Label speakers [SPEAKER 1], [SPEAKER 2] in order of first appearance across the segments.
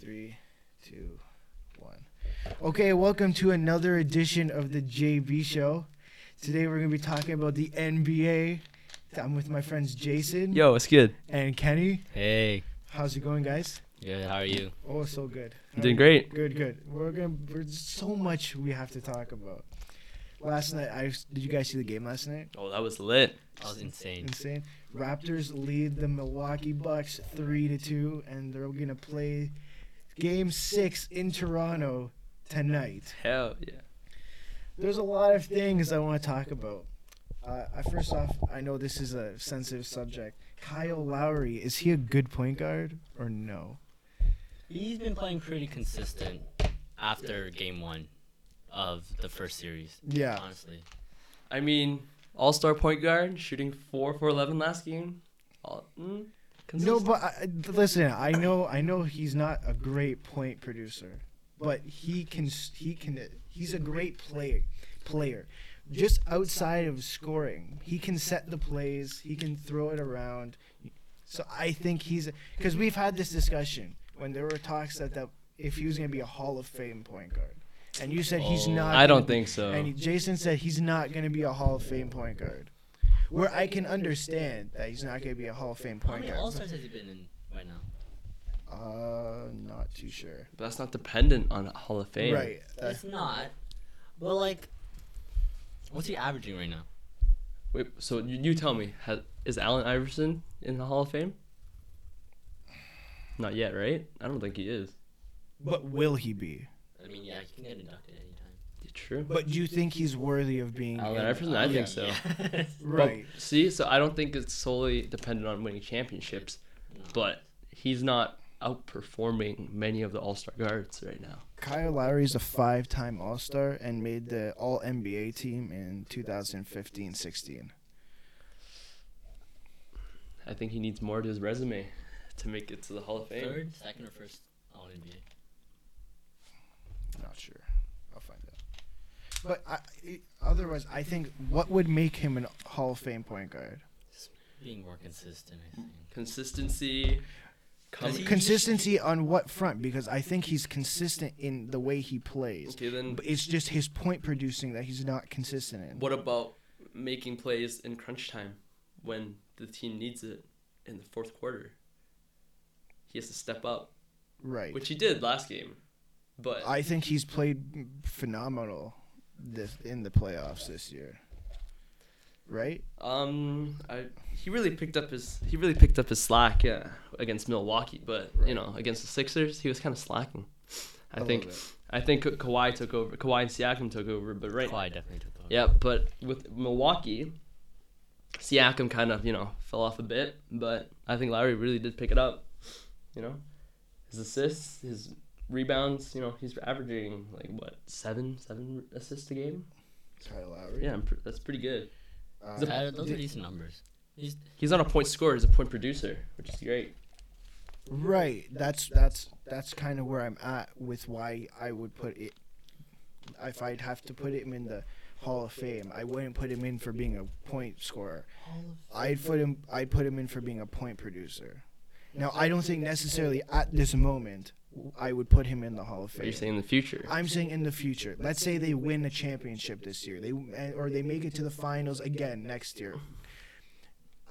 [SPEAKER 1] Three, two, one. Okay, welcome to another edition of the JB Show. Today we're gonna be talking about the NBA. I'm with my friends Jason
[SPEAKER 2] Yo, it's good?
[SPEAKER 1] and Kenny.
[SPEAKER 3] Hey,
[SPEAKER 1] How's it going, guys?
[SPEAKER 3] good. How are you?
[SPEAKER 1] Oh, so good.
[SPEAKER 2] I'm doing great.
[SPEAKER 1] Good, good. We're gonna. There's so much we have to talk about. Last night, I did you guys see the game last night?
[SPEAKER 2] Oh, that was lit.
[SPEAKER 3] That was insane.
[SPEAKER 1] Insane. Raptors lead the Milwaukee Bucks three to two, and they're gonna play Game Six in Toronto tonight.
[SPEAKER 2] Hell yeah.
[SPEAKER 1] There's a lot of things I want to talk about. Uh, I- first off, I know this is a sensitive subject. Kyle Lowry, is he a good point guard or no?
[SPEAKER 3] He's been playing pretty consistent after game one of the first series.
[SPEAKER 1] Yeah,
[SPEAKER 3] Honestly,
[SPEAKER 2] I mean, all star point guard, shooting 4 for 11 last game. All,
[SPEAKER 1] No,
[SPEAKER 2] mm, consistent.
[SPEAKER 1] but I, I- listen, I know, I know he's not a great point producer, but he can, s- he can, he's a great player, player. Just outside of scoring, he can set the plays, he can throw it around. So I think he's because we've had this discussion when there were talks that, that if he was going to be a Hall of Fame point guard, and you said he's
[SPEAKER 3] Oh.
[SPEAKER 1] not.
[SPEAKER 2] I
[SPEAKER 1] gonna
[SPEAKER 2] don't
[SPEAKER 1] be-
[SPEAKER 2] think so.
[SPEAKER 1] and he- Jason said he's not going to be a Hall of Fame point guard. Where I can understand that he's not going to be a Hall of Fame
[SPEAKER 3] how
[SPEAKER 1] point
[SPEAKER 3] many
[SPEAKER 1] guard.
[SPEAKER 3] All Stars has he been in right now?
[SPEAKER 1] Uh, not too sure.
[SPEAKER 2] But that's not dependent on Hall of Fame.
[SPEAKER 1] Right. uh,
[SPEAKER 3] it's not. But like, what's he averaging right now?
[SPEAKER 2] Wait, so you, you tell me, has, is Allen Iverson in the Hall of Fame? Not yet, right? I don't think he is.
[SPEAKER 1] but will he be?
[SPEAKER 3] I mean, yeah, he can get inducted anytime.
[SPEAKER 2] True.
[SPEAKER 1] But do you think he's worthy of being?
[SPEAKER 2] Allen
[SPEAKER 1] in-
[SPEAKER 2] Iverson, I think so.
[SPEAKER 3] so.
[SPEAKER 2] But
[SPEAKER 1] Right.
[SPEAKER 2] see, so I don't think it's solely dependent on winning championships, but he's not outperforming many of the All Star guards right now.
[SPEAKER 1] Kyle Lowry is a five-time All-Star and made the All-NBA team in 2015-16.
[SPEAKER 2] I think he needs more to his resume to make it to the Hall of Fame.
[SPEAKER 3] Third, second, or first All NBA.
[SPEAKER 1] Not sure. I'll find out. But I, it- otherwise, I think what would make him an Hall of Fame point guard?
[SPEAKER 3] Being more consistent, I think.
[SPEAKER 2] Consistency.
[SPEAKER 3] Does
[SPEAKER 2] Coming.
[SPEAKER 3] he-
[SPEAKER 1] Consistency on what front? Because I think he's consistent in the way he plays.
[SPEAKER 2] okay, then
[SPEAKER 1] But it's just his point producing that he's not consistent in.
[SPEAKER 2] what about making plays in crunch time when the team needs it in the fourth quarter? He has to step up,
[SPEAKER 1] Right.
[SPEAKER 2] which he did last game, but
[SPEAKER 1] I think he's played phenomenal this in the playoffs this year. Right?
[SPEAKER 2] um, I, he really picked up his he really picked up his slack, yeah, against Milwaukee. But
[SPEAKER 1] Right.
[SPEAKER 2] you know, against the Sixers, he was kind of slacking. I,
[SPEAKER 1] A
[SPEAKER 2] think
[SPEAKER 1] little bit.
[SPEAKER 2] I think Ka- Kawhi took over. Kawhi and Siakam took over, but right
[SPEAKER 3] Kawhi definitely took the
[SPEAKER 2] Yeah, but with Milwaukee, Siakam kind of, you know, fell off a bit, but I think Lowry really did pick it up. You know, his assists, his rebounds, you know, he's averaging like what, seven, seven assists a game?
[SPEAKER 1] Kyle Lowry.
[SPEAKER 2] Yeah, I'm pr- that's pretty good.
[SPEAKER 1] Uh,
[SPEAKER 2] The-
[SPEAKER 3] Uh, those are
[SPEAKER 1] did-
[SPEAKER 3] decent numbers. He's
[SPEAKER 2] He's not a point scorer, he's a point producer, which is great.
[SPEAKER 1] right. That's that's that's kind of where I'm at with why I would put it. If I'd have to put him in the Hall of Fame, I wouldn't put him in for being a point scorer. I'd put him. I'd put him in for being a point producer. Now I don't think necessarily at this moment I would put him in the Hall of
[SPEAKER 2] What
[SPEAKER 1] Fame.
[SPEAKER 2] you're saying in the future.
[SPEAKER 1] I'm saying in the future. Let's say they win a championship this year. They or they make it to the finals again next year.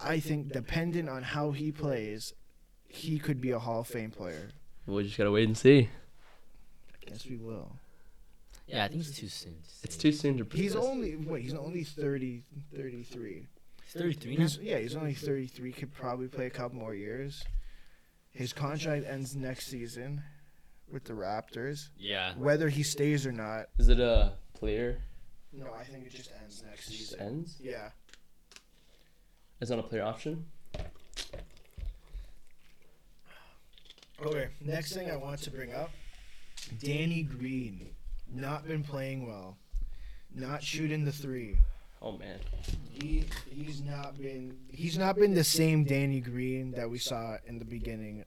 [SPEAKER 1] I think dependent on how he plays, he could be a Hall of Fame player.
[SPEAKER 2] We just gotta wait and see.
[SPEAKER 1] Guess we will.
[SPEAKER 3] yeah, I think it's too soon. to
[SPEAKER 2] It's
[SPEAKER 3] say.
[SPEAKER 2] too soon to
[SPEAKER 1] He's only wait, he's only 30 33.
[SPEAKER 3] He's 33 now.
[SPEAKER 1] He's, yeah, he's only 33 could probably play a couple more years. His contract ends next season with the Raptors.
[SPEAKER 3] Yeah.
[SPEAKER 1] Whether he stays or not,
[SPEAKER 2] Is it a player?
[SPEAKER 1] no, I think it just ends next
[SPEAKER 2] It just
[SPEAKER 1] season.
[SPEAKER 2] ends?
[SPEAKER 1] Yeah.
[SPEAKER 2] It's not a player option?
[SPEAKER 1] Okay, next thing I want to bring up Danny Green. Not been playing well. Not shooting the three.
[SPEAKER 2] Oh man.
[SPEAKER 1] He he's not been he's not been the same Danny Green that we saw in the beginning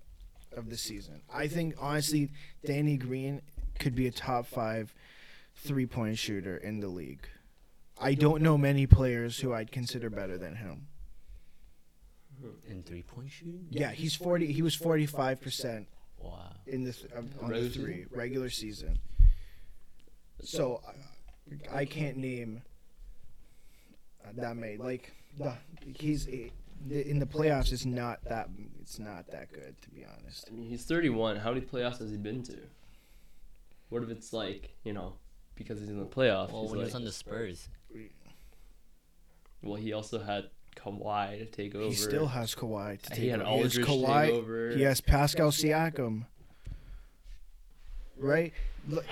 [SPEAKER 1] of the season. I think honestly Danny Green could be a top 5 three-point shooter in the league. I don't know many players who I'd consider better than him.
[SPEAKER 3] In three point shooting?
[SPEAKER 1] Yeah, he's 40 he was 45%
[SPEAKER 3] Wow.
[SPEAKER 1] in this um, on
[SPEAKER 2] Regular
[SPEAKER 1] the
[SPEAKER 2] season?
[SPEAKER 1] three regular season. So uh, I- I can't name uh, that many. Like the, he's eh, the- in the playoffs. It's not that it's not that good to be honest.
[SPEAKER 2] I mean, he's 31. How many playoffs has he been to? What if it's like, you know, because he's in the playoffs?
[SPEAKER 3] Well,
[SPEAKER 2] he's
[SPEAKER 3] when he was
[SPEAKER 2] like-
[SPEAKER 3] on the Spurs,
[SPEAKER 2] well, he also had Kawhi to take over.
[SPEAKER 1] He still has Kawhi to take
[SPEAKER 2] he had
[SPEAKER 1] over. He has
[SPEAKER 2] Aldridge to take
[SPEAKER 1] Kawhi.
[SPEAKER 2] over.
[SPEAKER 1] He has Pascal Siakam. Right? Look,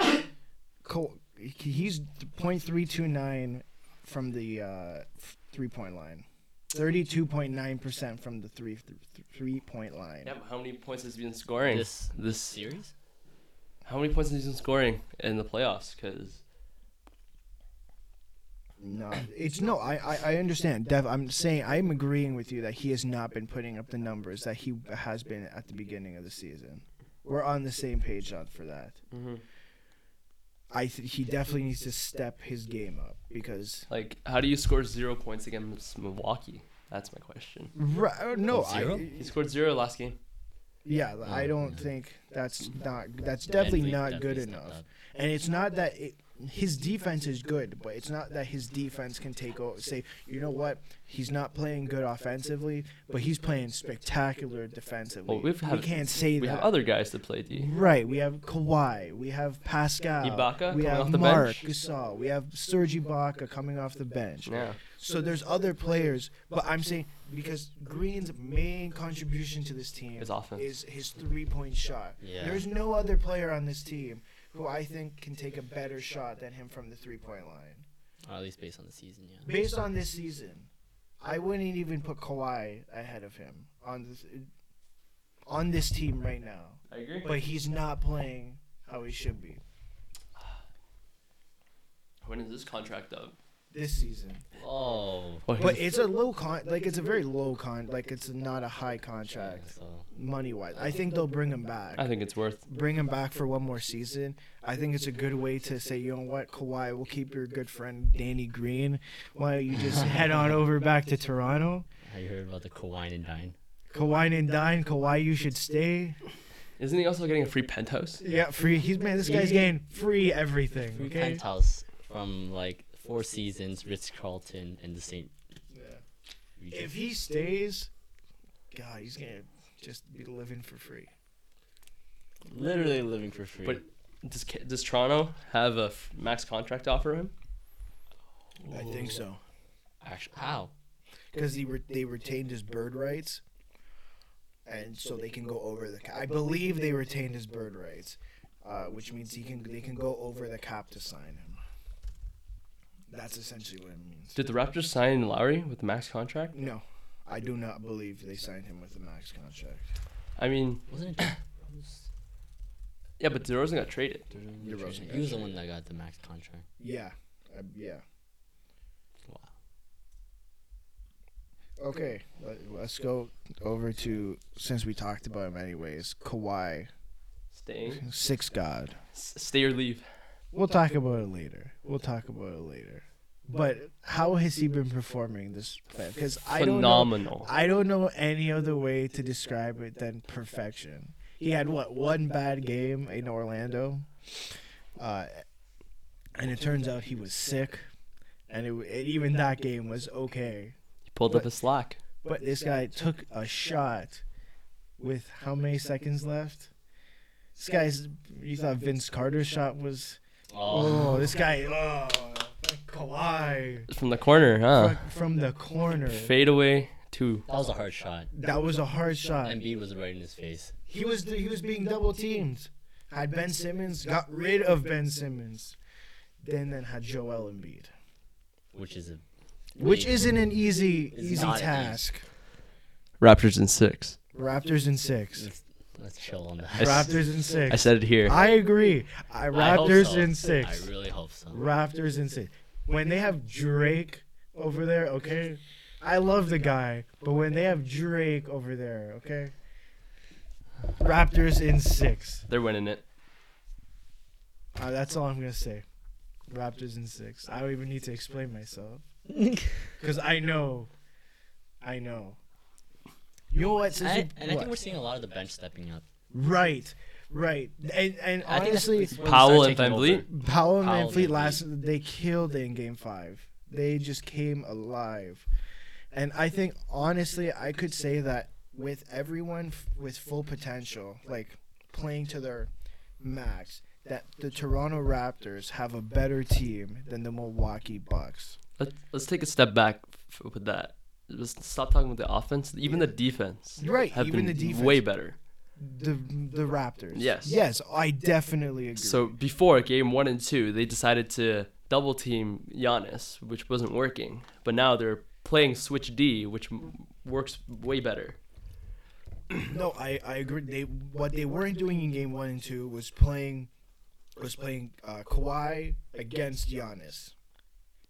[SPEAKER 1] Ka- He's .329 from the uh, three-point line. 32.9% from the three th- three-point line.
[SPEAKER 2] Yeah, but how many points has he been scoring?
[SPEAKER 3] This-
[SPEAKER 2] this
[SPEAKER 3] series.
[SPEAKER 2] How many points has he been scoring in the playoffs? Because
[SPEAKER 1] No, it's no. I, I, I understand, Dev. I'm saying I'm agreeing with you that he has not been putting up the numbers that he has been at the beginning of the season. We're on the same page on for that.
[SPEAKER 3] Mm-hmm.
[SPEAKER 2] Mhm.
[SPEAKER 1] I th- he definitely needs to step his game up because
[SPEAKER 2] like, how do you score zero points against Milwaukee? That's my question.
[SPEAKER 1] Ri- uh, no,
[SPEAKER 3] Zero? Oh,
[SPEAKER 1] I
[SPEAKER 2] He scored zero last game.
[SPEAKER 1] yeah, I don't think that's not that's definitely
[SPEAKER 3] Mm-hmm. Definitely-
[SPEAKER 1] not good
[SPEAKER 3] definitely stepped
[SPEAKER 1] enough.
[SPEAKER 3] up.
[SPEAKER 1] And it's not that it, his defense is good, but it's not that his defense can take over. Say, you know what? He's not playing good offensively, but he's playing spectacular defensively.
[SPEAKER 2] Well, we've
[SPEAKER 1] we
[SPEAKER 2] had-
[SPEAKER 1] can't say
[SPEAKER 2] We
[SPEAKER 1] that.
[SPEAKER 2] have other guys to play D.
[SPEAKER 1] Right, we have Kawhi, we have Pascal,
[SPEAKER 2] Ibaka
[SPEAKER 1] we
[SPEAKER 2] coming
[SPEAKER 1] have
[SPEAKER 2] off the
[SPEAKER 1] Mark
[SPEAKER 2] bench.
[SPEAKER 1] Gasol, we have Serge Ibaka coming off the bench.
[SPEAKER 2] Yeah.
[SPEAKER 1] So there's other players, but I'm saying because Green's main contribution to this team
[SPEAKER 2] Is offense.
[SPEAKER 1] is his three-point shot.
[SPEAKER 3] Yeah.
[SPEAKER 1] There's no other player on this team who I think can take a better shot than him from the three-point line.
[SPEAKER 3] Or at least based on the season, yeah.
[SPEAKER 1] Based on this season, I wouldn't even put Kawhi ahead of him on this on this team right now.
[SPEAKER 2] I agree.
[SPEAKER 1] But he's not playing how he should be
[SPEAKER 2] When is this contract up?
[SPEAKER 1] this season.
[SPEAKER 3] Oh.
[SPEAKER 1] But it's a low con, like it's a very low con, like it's not a high contract.
[SPEAKER 3] So,
[SPEAKER 1] money wise. I think they'll bring him back.
[SPEAKER 2] I think it's worth.
[SPEAKER 1] Bring him back for one more season. I think it's a good way to say, you know what, Kawhi, we'll keep your good friend Danny Green. Why don't you just head on over back to Toronto?
[SPEAKER 3] have you heard about the Kawhi and Dine?
[SPEAKER 1] Kawhi and dine. Kawhi, you should stay.
[SPEAKER 2] Isn't he also getting a free penthouse?
[SPEAKER 1] Yeah, free. He's man, this guy's getting free everything.
[SPEAKER 3] Free
[SPEAKER 1] Okay.
[SPEAKER 3] penthouse from like Four Seasons, Ritz Carlton, and the St.
[SPEAKER 1] If he stays, God, he's gonna just be living for free.
[SPEAKER 3] Literally living for free.
[SPEAKER 2] But does Ca- does Toronto have a f- max contract offer him?
[SPEAKER 1] I think so.
[SPEAKER 3] Actu- how?
[SPEAKER 1] because he re- they retained his bird rights, and so they can go over the. Cap. I believe they retained his bird rights, uh, which means he can they can go over the cap to sign him. That's essentially what it means.
[SPEAKER 2] Did the Raptors sign Lowry with the max contract?
[SPEAKER 1] No, I do not believe they signed him with a max contract.
[SPEAKER 2] I mean,
[SPEAKER 3] Wasn't it?
[SPEAKER 2] yeah, but DeRozan got traded.
[SPEAKER 1] DeRozan
[SPEAKER 3] He was the one that got the max contract.
[SPEAKER 1] Yeah, uh, yeah.
[SPEAKER 3] Wow.
[SPEAKER 1] Okay, let, let's go over to since we talked about him anyways. Kawhi,
[SPEAKER 2] Staying,
[SPEAKER 1] six god.
[SPEAKER 2] S- stay or leave.
[SPEAKER 1] We'll talk about it later. We'll talk about it later. But how has he been performing this? Because I don't know.
[SPEAKER 2] Phenomenal.
[SPEAKER 1] I don't know any other way to describe it than perfection. He had what one bad game in Orlando, uh, and it turns out he was sick, and it, it, even that game was okay.
[SPEAKER 2] He pulled up
[SPEAKER 1] But-
[SPEAKER 2] his slack.
[SPEAKER 1] But this guy took a shot with how many seconds left? This guy's. You thought Vince Carter's shot was
[SPEAKER 3] Oh.
[SPEAKER 1] Oh, this guy. Oh, Kawhi.
[SPEAKER 2] From the corner, huh?
[SPEAKER 1] Fr- From the corner.
[SPEAKER 2] Fade away two.
[SPEAKER 3] That was a hard shot.
[SPEAKER 1] That was a hard shot.
[SPEAKER 3] Embiid was right in his face.
[SPEAKER 1] He was he was being double teamed. Had Ben Simmons, got rid of Ben Simmons, then then had Joel Embiid,
[SPEAKER 3] Which is a
[SPEAKER 1] which
[SPEAKER 3] big-
[SPEAKER 1] isn't an easy
[SPEAKER 3] It's
[SPEAKER 1] easy
[SPEAKER 3] not easy.
[SPEAKER 1] task.
[SPEAKER 2] Raptors in six.
[SPEAKER 1] Raptors in six.
[SPEAKER 3] Let's, let's chill on
[SPEAKER 2] I s-
[SPEAKER 3] that.
[SPEAKER 1] Raptors in
[SPEAKER 2] I
[SPEAKER 1] six.
[SPEAKER 2] said it here.
[SPEAKER 1] I agree. I,
[SPEAKER 3] I hope
[SPEAKER 1] Raptors
[SPEAKER 3] so.
[SPEAKER 1] in six.
[SPEAKER 3] I really hope so.
[SPEAKER 1] Raptors and City. When they have Drake over there, okay? I love the guy, but when they have Drake over there, okay? Raptors in six.
[SPEAKER 2] They're winning it.
[SPEAKER 1] Uh, that's all I'm going to say. Raptors in six. I don't even need to explain myself. Because I know. I know. You know what? Since
[SPEAKER 3] I,
[SPEAKER 1] you-
[SPEAKER 3] and I
[SPEAKER 1] what?
[SPEAKER 3] think we're seeing a lot of the bench stepping up.
[SPEAKER 1] Right. Right, and and
[SPEAKER 3] I think that's
[SPEAKER 1] honestly,
[SPEAKER 3] when we
[SPEAKER 2] Powell
[SPEAKER 3] started
[SPEAKER 2] and
[SPEAKER 3] taking
[SPEAKER 2] Van
[SPEAKER 3] over.
[SPEAKER 1] Powell and
[SPEAKER 2] Vliet?
[SPEAKER 3] Powell
[SPEAKER 1] Van
[SPEAKER 3] and
[SPEAKER 1] Fleet
[SPEAKER 3] Van
[SPEAKER 1] last they killed in game five. They just came alive. And I think honestly I could say that with everyone f- with full potential, like playing to their max, that the Toronto Raptors have a better team than the Milwaukee Bucks.
[SPEAKER 2] Let's, let's take a step back f- with that. Let's stop talking about the offense. Even the defense,
[SPEAKER 1] You're right,
[SPEAKER 2] have
[SPEAKER 1] even
[SPEAKER 2] been
[SPEAKER 1] the defense.
[SPEAKER 2] way better.
[SPEAKER 1] The the Raptors.
[SPEAKER 2] Yes.
[SPEAKER 1] Yes, I definitely agree.
[SPEAKER 2] So before game one and two, they decided to double team Giannis, which wasn't working. But now they're playing switch D, which m- works way better.
[SPEAKER 1] No, I, I agree. They what they weren't doing in game one and two was playing was playing uh, Kawhi against Giannis.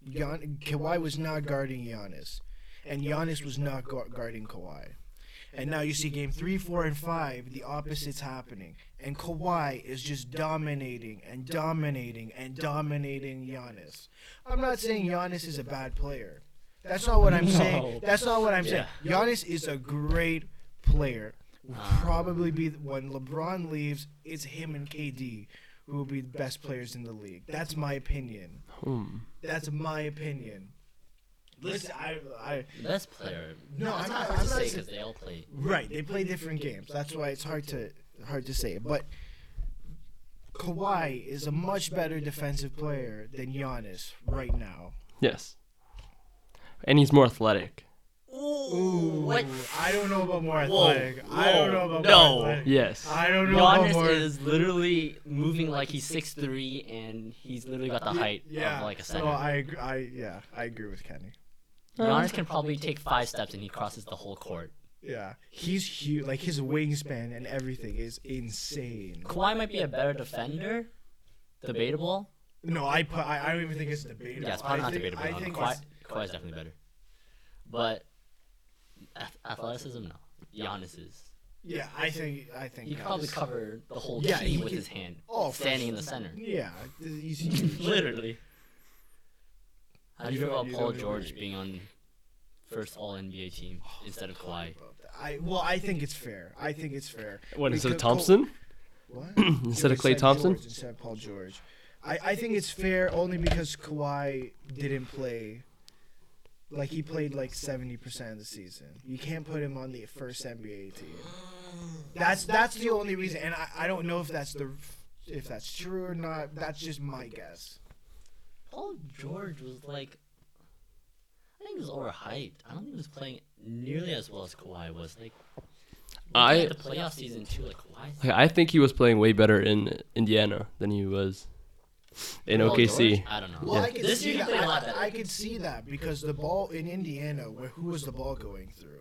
[SPEAKER 1] Gian, Kawhi was not guarding Giannis, and Giannis was not gu- guarding Kawhi. And now you see game three, four, and five, the opposites happening, and Kawhi is just dominating and dominating and dominating Giannis. I'm not saying Giannis is a bad player. That's not what I'm saying.
[SPEAKER 2] No.
[SPEAKER 1] That's not what I'm saying. Giannis is a great player will
[SPEAKER 2] Ah.
[SPEAKER 1] probably be when LeBron leaves, it's him and KD who will be the best players in the league. That's my opinion.
[SPEAKER 2] Hmm.
[SPEAKER 1] That's my opinion. Listen, I, I
[SPEAKER 3] Best player.
[SPEAKER 1] No,
[SPEAKER 3] it's
[SPEAKER 1] I'm not-
[SPEAKER 3] not hard
[SPEAKER 1] I'm
[SPEAKER 3] to
[SPEAKER 1] not
[SPEAKER 3] say
[SPEAKER 1] saying-
[SPEAKER 3] because they all play.
[SPEAKER 1] right. They play different games. That's why it's hard to hard to say. But Kawhi is a much better defensive player than Giannis right now.
[SPEAKER 2] Yes, and he's more athletic.
[SPEAKER 1] Ooh,
[SPEAKER 3] what?
[SPEAKER 1] I don't know about more
[SPEAKER 3] Whoa,
[SPEAKER 1] athletic. I don't know about
[SPEAKER 3] no.
[SPEAKER 1] more athletic.
[SPEAKER 2] Yes,
[SPEAKER 1] I don't know about more.
[SPEAKER 3] Giannis is literally moving like he's six three, and he's literally got the height
[SPEAKER 1] yeah.
[SPEAKER 3] of like a
[SPEAKER 1] so
[SPEAKER 3] center.
[SPEAKER 1] I, agree- I yeah, I agree with Kenny.
[SPEAKER 3] Giannis can probably take five steps and he crosses the whole court.
[SPEAKER 1] Yeah, he's huge. Like his wingspan and everything is insane.
[SPEAKER 3] Kawhi might be a better defender, debatable.
[SPEAKER 1] No, I put. I, I don't even think it's debatable.
[SPEAKER 3] Yeah, it's probably
[SPEAKER 1] I
[SPEAKER 3] not
[SPEAKER 1] think-
[SPEAKER 3] debatable.
[SPEAKER 1] I
[SPEAKER 3] no.
[SPEAKER 1] think
[SPEAKER 3] Kawhi,
[SPEAKER 1] it's-
[SPEAKER 3] Kawhi's definitely better, but ath- athleticism no. Giannis is.
[SPEAKER 1] yeah, I think. I think.
[SPEAKER 3] He could probably
[SPEAKER 1] Giannis-
[SPEAKER 3] cover the whole
[SPEAKER 1] Yeah,
[SPEAKER 3] team
[SPEAKER 1] he
[SPEAKER 3] with
[SPEAKER 1] could-
[SPEAKER 3] his hand,
[SPEAKER 1] Oh, for
[SPEAKER 3] standing in
[SPEAKER 1] sure.
[SPEAKER 3] the center.
[SPEAKER 1] Yeah, th- he's huge.
[SPEAKER 3] Literally. How do you
[SPEAKER 1] You
[SPEAKER 3] feel
[SPEAKER 1] don't-
[SPEAKER 3] about
[SPEAKER 1] you
[SPEAKER 3] Paul
[SPEAKER 1] don't
[SPEAKER 3] George
[SPEAKER 1] agree.
[SPEAKER 3] being on first All NBA team
[SPEAKER 1] Oh,
[SPEAKER 3] instead of Kawhi?
[SPEAKER 1] I well, I think it's fair. I think it's fair.
[SPEAKER 2] What instead of
[SPEAKER 1] Because Col-
[SPEAKER 2] Thompson?
[SPEAKER 1] What?
[SPEAKER 2] Instead of
[SPEAKER 1] I
[SPEAKER 2] Clay
[SPEAKER 1] said
[SPEAKER 2] Thompson?
[SPEAKER 1] George instead of Paul George. I, I think it's fair only because Kawhi didn't play. Like he played like seventy percent of the season. You can't put him on the first NBA team. That's that's the only reason, and I, I don't know if that's the if that's true or not. That's just my guess.
[SPEAKER 3] Paul George was like, I think he was overhyped. I don't think he was playing nearly as well as Kawhi was. Like,
[SPEAKER 2] I-
[SPEAKER 3] looking at the playoff season too. Like Kawhi's
[SPEAKER 2] Like, I think he was playing way better in Indiana than he was in
[SPEAKER 3] Paul
[SPEAKER 2] OKC.
[SPEAKER 3] George? I don't know.
[SPEAKER 1] Well, I could
[SPEAKER 3] this
[SPEAKER 1] see
[SPEAKER 3] year he
[SPEAKER 1] that.
[SPEAKER 3] played a lot better.
[SPEAKER 1] I, I could see that because the ball in Indiana, where who was the ball going through?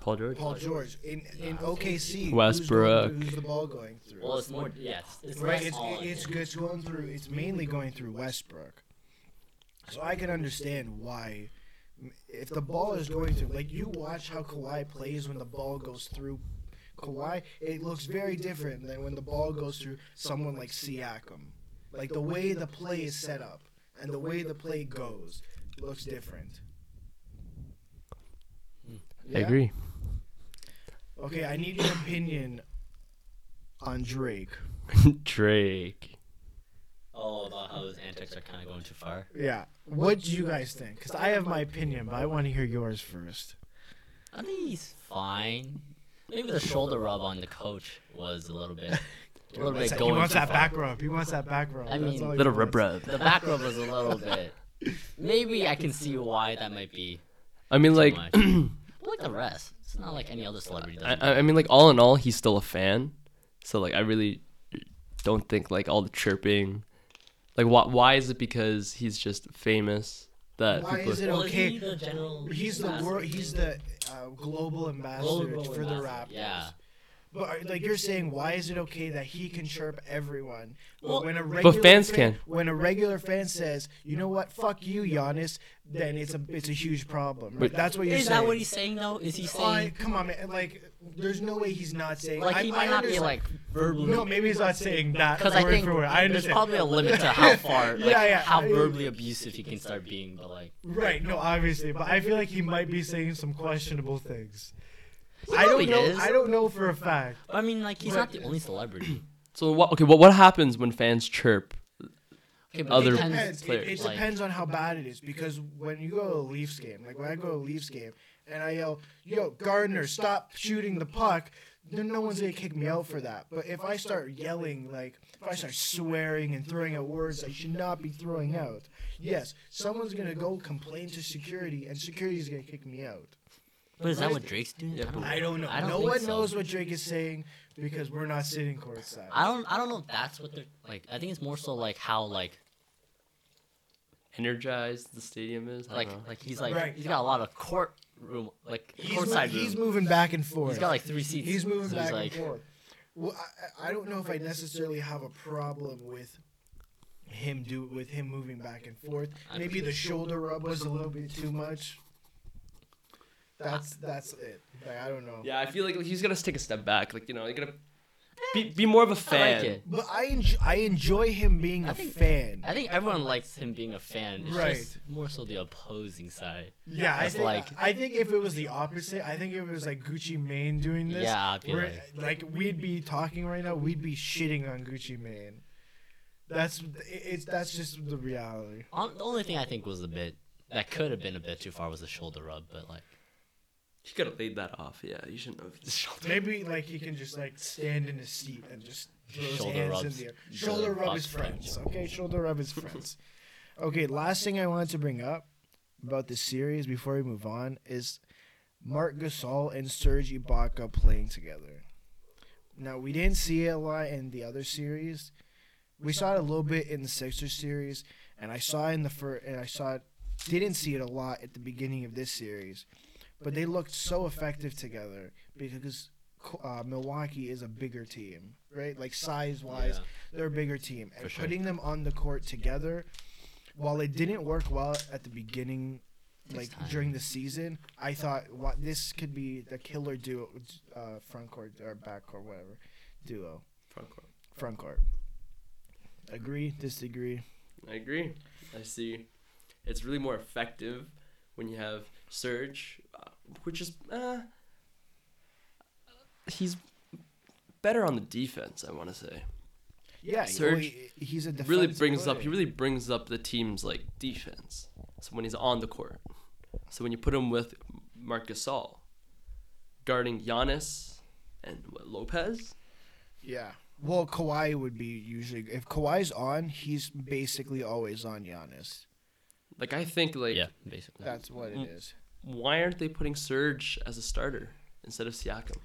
[SPEAKER 2] Paul George.
[SPEAKER 1] Paul George in in OKC. who's going-
[SPEAKER 2] Westbrook.
[SPEAKER 1] Who's the ball going through?
[SPEAKER 3] well, it's more. Yeah, it's, it's
[SPEAKER 1] Right,
[SPEAKER 3] less
[SPEAKER 1] it's
[SPEAKER 3] all in.
[SPEAKER 1] it's good. It's going through. It's mainly going through Westbrook, so I can understand why. If the ball is going through, like you watch how Kawhi plays when the ball goes through Kawhi, it looks very different than when the ball goes through someone like Siakam. Like the way the play is set up and the way the play goes looks different.
[SPEAKER 2] I
[SPEAKER 1] Yeah?
[SPEAKER 2] agree.
[SPEAKER 1] Okay, I need your opinion on Drake.
[SPEAKER 2] Drake.
[SPEAKER 3] Oh, about how his antics are kind of going too far.
[SPEAKER 1] Yeah. What do you guys think? Because I have my opinion, but I want to hear yours first.
[SPEAKER 3] I think he's fine. Maybe the shoulder rub on the coach was a little bit, a little bit
[SPEAKER 1] he
[SPEAKER 3] going
[SPEAKER 1] wants
[SPEAKER 3] too
[SPEAKER 1] that
[SPEAKER 3] far.
[SPEAKER 1] back rub. He wants that back rub.
[SPEAKER 3] I
[SPEAKER 1] That's
[SPEAKER 3] mean,
[SPEAKER 1] all he
[SPEAKER 2] Little
[SPEAKER 1] wants.
[SPEAKER 2] rub rub.
[SPEAKER 3] The back rub was a little bit. Maybe I can see why that might be
[SPEAKER 2] I mean,
[SPEAKER 3] too
[SPEAKER 2] like,
[SPEAKER 3] much.
[SPEAKER 2] I,
[SPEAKER 3] But like the rest, it's not like any other celebrity does.
[SPEAKER 2] I I mean, like, all in all, he's still a fan. So, like, I really don't think like all the chirping. Like, why? Why is it because he's just famous that
[SPEAKER 1] Why
[SPEAKER 2] people?
[SPEAKER 1] is it
[SPEAKER 3] Well, is
[SPEAKER 1] okay?
[SPEAKER 3] he the general
[SPEAKER 1] He's the
[SPEAKER 3] ambassador?
[SPEAKER 1] world. He's the uh, global ambassador
[SPEAKER 3] Global
[SPEAKER 1] for the Raptors.
[SPEAKER 3] ambassador, yeah.
[SPEAKER 1] But are- like you're saying, why is it okay that he can chirp everyone? But
[SPEAKER 3] Well-
[SPEAKER 1] when a regular
[SPEAKER 2] fans
[SPEAKER 1] fan-
[SPEAKER 2] can.
[SPEAKER 1] When a regular fan says, "You know what? Fuck you, Giannis," then it's a it's a huge problem. right?
[SPEAKER 2] But-
[SPEAKER 1] that's what you're
[SPEAKER 3] Is
[SPEAKER 1] saying.
[SPEAKER 3] that what he's saying though? Is he
[SPEAKER 1] I-
[SPEAKER 3] saying
[SPEAKER 1] come on, man. Like, there's no way he's not saying.
[SPEAKER 3] like
[SPEAKER 1] I,
[SPEAKER 3] he
[SPEAKER 1] I
[SPEAKER 3] might not be
[SPEAKER 1] understand-
[SPEAKER 3] like verbally?
[SPEAKER 1] No, maybe he's not saying that.
[SPEAKER 3] Because I
[SPEAKER 1] word
[SPEAKER 3] think
[SPEAKER 1] for word. I
[SPEAKER 3] there's
[SPEAKER 1] understand.
[SPEAKER 3] probably a limit to how far, like
[SPEAKER 1] Yeah, yeah,
[SPEAKER 3] how
[SPEAKER 1] I-
[SPEAKER 3] verbally abusive he can start being. But like,
[SPEAKER 1] Right, no, obviously, but I feel like he might be saying some questionable things. I
[SPEAKER 3] probably
[SPEAKER 1] don't know.
[SPEAKER 3] is.
[SPEAKER 1] I don't know for a fact.
[SPEAKER 3] I mean, like he's not the only celebrity.
[SPEAKER 2] So what? Okay, what what happens when fans chirp?
[SPEAKER 3] Okay, but
[SPEAKER 2] Other
[SPEAKER 3] it
[SPEAKER 1] It,
[SPEAKER 3] depends,
[SPEAKER 1] depends. It- it,
[SPEAKER 3] like-
[SPEAKER 1] depends on how bad it is because when you go to a Leafs game, like when I go to a Leafs game and I yell, "Yo, Gardner, stop shooting the puck," then no one's gonna kick me out for that. But if I start yelling, like if I start swearing and throwing out words I should not be throwing out, yes, someone's gonna go complain to security, and security's gonna kick me out.
[SPEAKER 3] But is that what Drake's doing?
[SPEAKER 2] Yeah, but-
[SPEAKER 1] I don't know.
[SPEAKER 3] I don't
[SPEAKER 1] no
[SPEAKER 3] think
[SPEAKER 1] one
[SPEAKER 3] so.
[SPEAKER 1] knows what Drake is saying because we're not sitting courtside.
[SPEAKER 3] I don't. I don't know if that's what they're like. I think it's more so like how like
[SPEAKER 2] Energized the stadium is I don't
[SPEAKER 3] like
[SPEAKER 2] know.
[SPEAKER 3] like he's like
[SPEAKER 1] Right.
[SPEAKER 3] he's got a lot of court room like
[SPEAKER 1] He's, mo-
[SPEAKER 3] courtside
[SPEAKER 1] he's
[SPEAKER 3] room.
[SPEAKER 1] moving back and forth.
[SPEAKER 3] He's got like three seats.
[SPEAKER 1] He's moving
[SPEAKER 3] so
[SPEAKER 1] back
[SPEAKER 3] like,
[SPEAKER 1] and forth. Well, I- I, I don't know if I necessarily have a problem with him do with him moving back and forth.
[SPEAKER 3] I
[SPEAKER 1] Maybe the shoulder rub was a little bit too much. That's that's it. Like, I don't know.
[SPEAKER 2] yeah, I feel like he's gonna take a step back. Like you know, you're gonna be, be more of a
[SPEAKER 3] Eh. I
[SPEAKER 2] fan.
[SPEAKER 3] like it.
[SPEAKER 1] But I enjoy I enjoy him being a
[SPEAKER 3] I think-
[SPEAKER 1] fan.
[SPEAKER 3] I think everyone likes him being a fan. It's
[SPEAKER 1] Right.
[SPEAKER 3] just more so the opposing side.
[SPEAKER 1] yeah, I
[SPEAKER 3] that's
[SPEAKER 1] think,
[SPEAKER 3] like-
[SPEAKER 1] I think if it was the opposite, I think if it was like Gucci Mane doing this,
[SPEAKER 3] Yeah, I'd be
[SPEAKER 1] we're-
[SPEAKER 3] like-
[SPEAKER 1] like we'd be talking right now, we'd be shitting on Gucci Mane. That's it- it's that's just the reality.
[SPEAKER 3] On, Um, the only thing I think was a bit that could have been a bit too far was the shoulder rub, but like
[SPEAKER 2] He could have laid that off. Yeah, you shouldn't have.
[SPEAKER 1] Maybe like he can just like stand in his seat and just throw his
[SPEAKER 3] Shoulder
[SPEAKER 1] hands
[SPEAKER 3] rubs.
[SPEAKER 1] in the air.
[SPEAKER 3] Shoulder
[SPEAKER 1] Shoulder rub
[SPEAKER 3] rub
[SPEAKER 1] his
[SPEAKER 3] friends.
[SPEAKER 1] friends. Okay, shoulder rub his friends. Okay, last thing I wanted to bring up about this series before we move on is Mark Gasol and Serge Ibaka playing together. Now we didn't see it a lot in the other series. We saw it a little bit in the Sixers series, and I saw it in the first, and I saw it. Didn't see it a lot at the beginning of this series, but they looked so effective together because uh, Milwaukee is a bigger team, right? Like size wise, they're a bigger team, and
[SPEAKER 3] For sure.
[SPEAKER 1] putting them on the court together, while it didn't work well at the beginning, like
[SPEAKER 3] time.
[SPEAKER 1] during the season, I thought what this could be the killer duo, uh, front court or back court, whatever, duo, front court. Agree, disagree.
[SPEAKER 2] I agree. I see. It's really more effective when you have Surge, uh, which is uh, he's better on the defense. I want to say.
[SPEAKER 1] Yeah,
[SPEAKER 2] Serge
[SPEAKER 1] he- he's a
[SPEAKER 2] really
[SPEAKER 1] defensive
[SPEAKER 2] brings up
[SPEAKER 1] player.
[SPEAKER 2] he really brings up the team's like defense. So when he's on the court, so when you put him with Marc Gasol, guarding Giannis and what, Lopez,
[SPEAKER 1] Yeah. Well, Kawhi would be usually if Kawhi's on, he's basically always on Giannis.
[SPEAKER 2] like I think like
[SPEAKER 3] yeah, basically.
[SPEAKER 1] That's what it is.
[SPEAKER 2] why aren't they putting Serge as a starter instead of Siakam?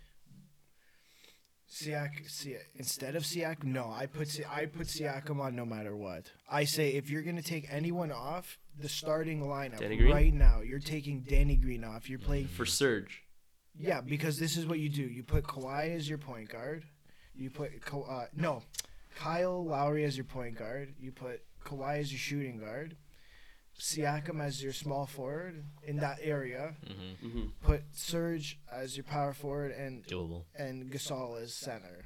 [SPEAKER 1] Siak, Siak instead of Siak, no, I put Si- I put Siakam on no matter what. I say if you're gonna take anyone off the starting lineup
[SPEAKER 2] Danny Green?
[SPEAKER 1] right now, you're taking Danny Green off. You're playing
[SPEAKER 2] For Serge,
[SPEAKER 1] yeah because this is what you do. You put Kawhi as your point guard. You put Ka- uh, no, Kyle Lowry as your point guard. You put Kawhi as your shooting guard. Siakam as your small forward in that area.
[SPEAKER 3] Mhm.
[SPEAKER 2] hmm
[SPEAKER 1] Put Serge as your power forward and
[SPEAKER 3] doable.
[SPEAKER 1] and Gasol as center,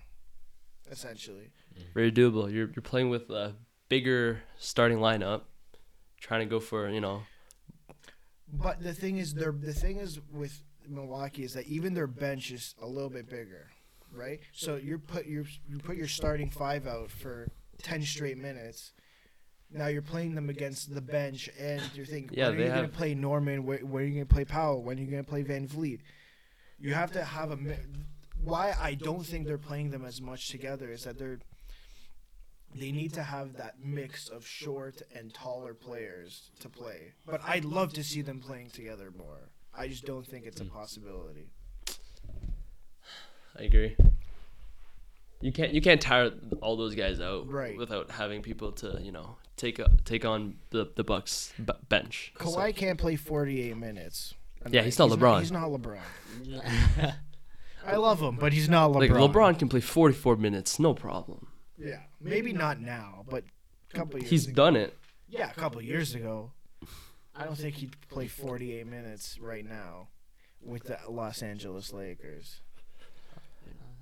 [SPEAKER 1] essentially.
[SPEAKER 2] very doable. You're you're playing with a bigger starting lineup, trying to go for you know
[SPEAKER 1] But the thing is, their the thing is with Milwaukee is that even their bench is a little bit bigger, right? So you put your you put your starting five out for ten straight minutes. Now you're playing them against the bench, and you're thinking,
[SPEAKER 2] Yeah,
[SPEAKER 1] when are
[SPEAKER 2] they
[SPEAKER 1] you going
[SPEAKER 2] have-
[SPEAKER 1] to play Norman? Where, when are you going to play Powell? When are you going to play Van Vliet? You have to have a. mi- Why I don't think they're playing them as much together is that they're. They need to have that mix of short and taller players to play. But I'd love to see them playing together more. I just don't think it's a possibility.
[SPEAKER 2] I agree. You can't you can't tire all those guys out
[SPEAKER 1] Right.
[SPEAKER 2] without having people to you know take a, take on the the Bucks b- bench. So-
[SPEAKER 1] Kawhi can't play 48 minutes. a
[SPEAKER 2] Yeah,
[SPEAKER 1] night.
[SPEAKER 2] he's not LeBron.
[SPEAKER 1] he's not LeBron. I love him, but he's not LeBron.
[SPEAKER 2] like LeBron can play 44 minutes, no problem.
[SPEAKER 1] Yeah, maybe not now, but a couple years.
[SPEAKER 2] He's
[SPEAKER 1] ago.
[SPEAKER 2] done it.
[SPEAKER 1] Yeah, a couple years ago. I don't think he'd play 48 minutes right now with the Los Angeles Lakers.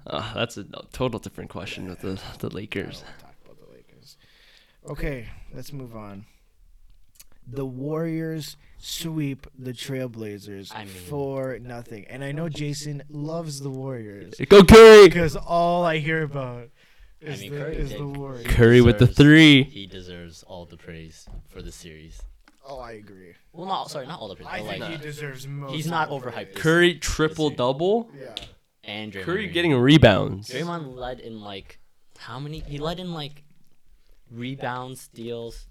[SPEAKER 2] Uh, that's a total different question with the the
[SPEAKER 1] I don't
[SPEAKER 2] Lakers.
[SPEAKER 1] wanna talk about the Lakers. Okay, let's move on. the Warriors sweep the Trailblazers
[SPEAKER 3] I mean-
[SPEAKER 1] for nothing. And I know Jason loves the Warriors
[SPEAKER 2] Go Curry.
[SPEAKER 1] because all I hear about is,
[SPEAKER 3] mean,
[SPEAKER 1] the,
[SPEAKER 3] Curry
[SPEAKER 1] is
[SPEAKER 3] did-
[SPEAKER 1] the Warriors.
[SPEAKER 2] Curry with the
[SPEAKER 3] deserves-
[SPEAKER 2] three.
[SPEAKER 3] He deserves all the praise for the series.
[SPEAKER 1] Oh, I agree.
[SPEAKER 3] Well, not sorry, not all the praise.
[SPEAKER 1] I
[SPEAKER 3] but,
[SPEAKER 1] think
[SPEAKER 3] like,
[SPEAKER 1] he deserves most.
[SPEAKER 3] he's
[SPEAKER 1] of
[SPEAKER 3] not
[SPEAKER 1] the
[SPEAKER 3] overhyped.
[SPEAKER 1] praise.
[SPEAKER 2] Curry triple double.
[SPEAKER 1] Yeah.
[SPEAKER 3] and Draymond
[SPEAKER 2] Curry
[SPEAKER 3] Green.
[SPEAKER 2] getting rebounds.
[SPEAKER 3] Draymond led in like how many? He led in like rebounds, steals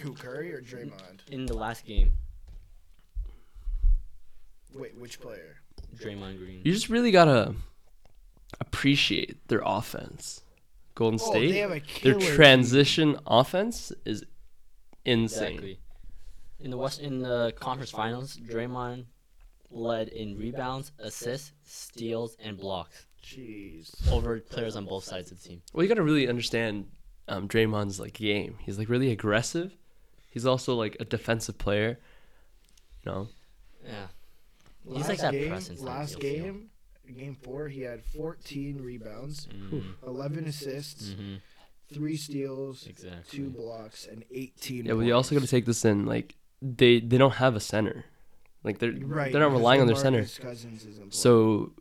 [SPEAKER 1] Who, Curry or Draymond?
[SPEAKER 3] in the last game.
[SPEAKER 1] Wait, which player?
[SPEAKER 3] Draymond Green.
[SPEAKER 2] You just really gotta appreciate their offense. Golden
[SPEAKER 1] Oh,
[SPEAKER 2] State.
[SPEAKER 1] they have a
[SPEAKER 2] their
[SPEAKER 1] killer
[SPEAKER 2] transition offense is insane.
[SPEAKER 3] Exactly. In the West, in the conference finals, Draymond led in rebounds, assists, steals, and blocks
[SPEAKER 1] Jeez.
[SPEAKER 3] over players on both sides of the team.
[SPEAKER 2] Well, you gotta really understand um, Draymond's like game. He's like really aggressive. He's also like a defensive player. You know,
[SPEAKER 3] Yeah. He's
[SPEAKER 1] last
[SPEAKER 3] like that
[SPEAKER 1] game,
[SPEAKER 3] presence on the
[SPEAKER 1] Last
[SPEAKER 3] field, you know?
[SPEAKER 1] game, game four, he had 14 rebounds, 11 assists,
[SPEAKER 3] Mm-hmm.
[SPEAKER 1] three steals,
[SPEAKER 3] Exactly.
[SPEAKER 1] two blocks, and 18.
[SPEAKER 2] yeah. But you also gotta
[SPEAKER 1] points.
[SPEAKER 2] take this in like they they don't have a center. Like they're
[SPEAKER 1] right.
[SPEAKER 2] they're not
[SPEAKER 1] because
[SPEAKER 2] relying on their center.
[SPEAKER 1] DeMarcus Cousins is in play.
[SPEAKER 2] So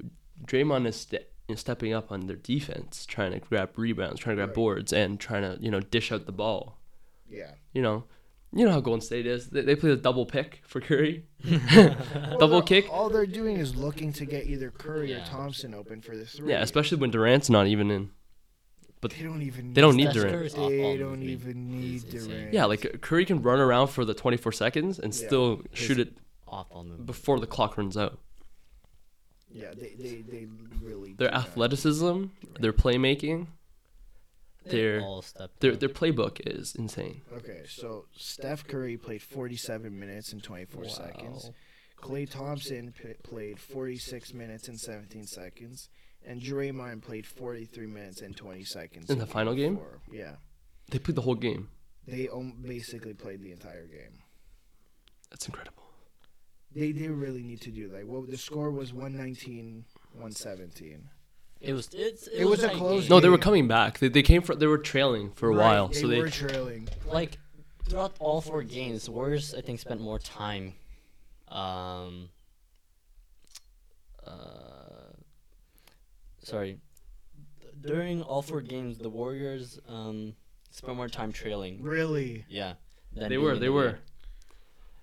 [SPEAKER 2] Draymond is ste- is stepping up on their defense, trying to grab rebounds, trying to grab
[SPEAKER 1] Right.
[SPEAKER 2] boards, and trying to you know dish out the ball.
[SPEAKER 1] yeah,
[SPEAKER 2] You know, you know how Golden State is. They, they play the double pick for Curry,
[SPEAKER 1] Well,
[SPEAKER 2] double
[SPEAKER 1] they're-
[SPEAKER 2] kick.
[SPEAKER 1] All they're doing is looking to get either Curry or
[SPEAKER 3] Yeah.
[SPEAKER 1] Thompson open for the three.
[SPEAKER 2] Yeah, especially when Durant's not even in.
[SPEAKER 1] they don't even.
[SPEAKER 2] They don't need
[SPEAKER 3] Steph
[SPEAKER 2] Durant.
[SPEAKER 3] Curry's off
[SPEAKER 1] They
[SPEAKER 3] ball
[SPEAKER 1] don't
[SPEAKER 3] movement
[SPEAKER 1] even
[SPEAKER 3] is
[SPEAKER 1] need
[SPEAKER 3] insane.
[SPEAKER 1] Durant.
[SPEAKER 2] Yeah, like Curry can run around for the 24 seconds and
[SPEAKER 1] Yeah.
[SPEAKER 2] still shoot
[SPEAKER 3] His-
[SPEAKER 2] it
[SPEAKER 3] Off ball movement.
[SPEAKER 2] before the clock runs out.
[SPEAKER 1] yeah, they they, they really.
[SPEAKER 2] Their
[SPEAKER 1] do not.
[SPEAKER 2] athleticism, their playmaking,
[SPEAKER 3] They
[SPEAKER 2] their
[SPEAKER 3] all stepped
[SPEAKER 2] their
[SPEAKER 3] up.
[SPEAKER 2] their playbook is insane.
[SPEAKER 1] Okay, so Steph Curry played 47 minutes and 24 seconds.
[SPEAKER 2] Wow.
[SPEAKER 1] Clay Thompson p- played 46 minutes and 17 seconds. And Draymond played 43 minutes and 20 seconds.
[SPEAKER 2] In the final game?
[SPEAKER 1] four. Yeah.
[SPEAKER 2] They played the whole game.
[SPEAKER 1] They om- basically played the entire game.
[SPEAKER 2] That's incredible.
[SPEAKER 1] They, they really need to do that. Well, the score was 119, 117.
[SPEAKER 3] It was it's, it,
[SPEAKER 1] It
[SPEAKER 3] was,
[SPEAKER 1] was a
[SPEAKER 3] tight
[SPEAKER 1] close
[SPEAKER 3] game.
[SPEAKER 2] No, they were
[SPEAKER 1] Yeah.
[SPEAKER 2] coming back. They, they came from they were trailing for a while,
[SPEAKER 1] They
[SPEAKER 2] so they
[SPEAKER 1] were trailing.
[SPEAKER 3] like throughout all four games, the Warriors I think spent more time, um, uh, sorry, during all four games the Warriors um spent more time trailing.
[SPEAKER 1] Really?
[SPEAKER 3] Yeah, than
[SPEAKER 2] they were
[SPEAKER 3] being
[SPEAKER 2] they
[SPEAKER 3] in the
[SPEAKER 2] were.
[SPEAKER 3] lead.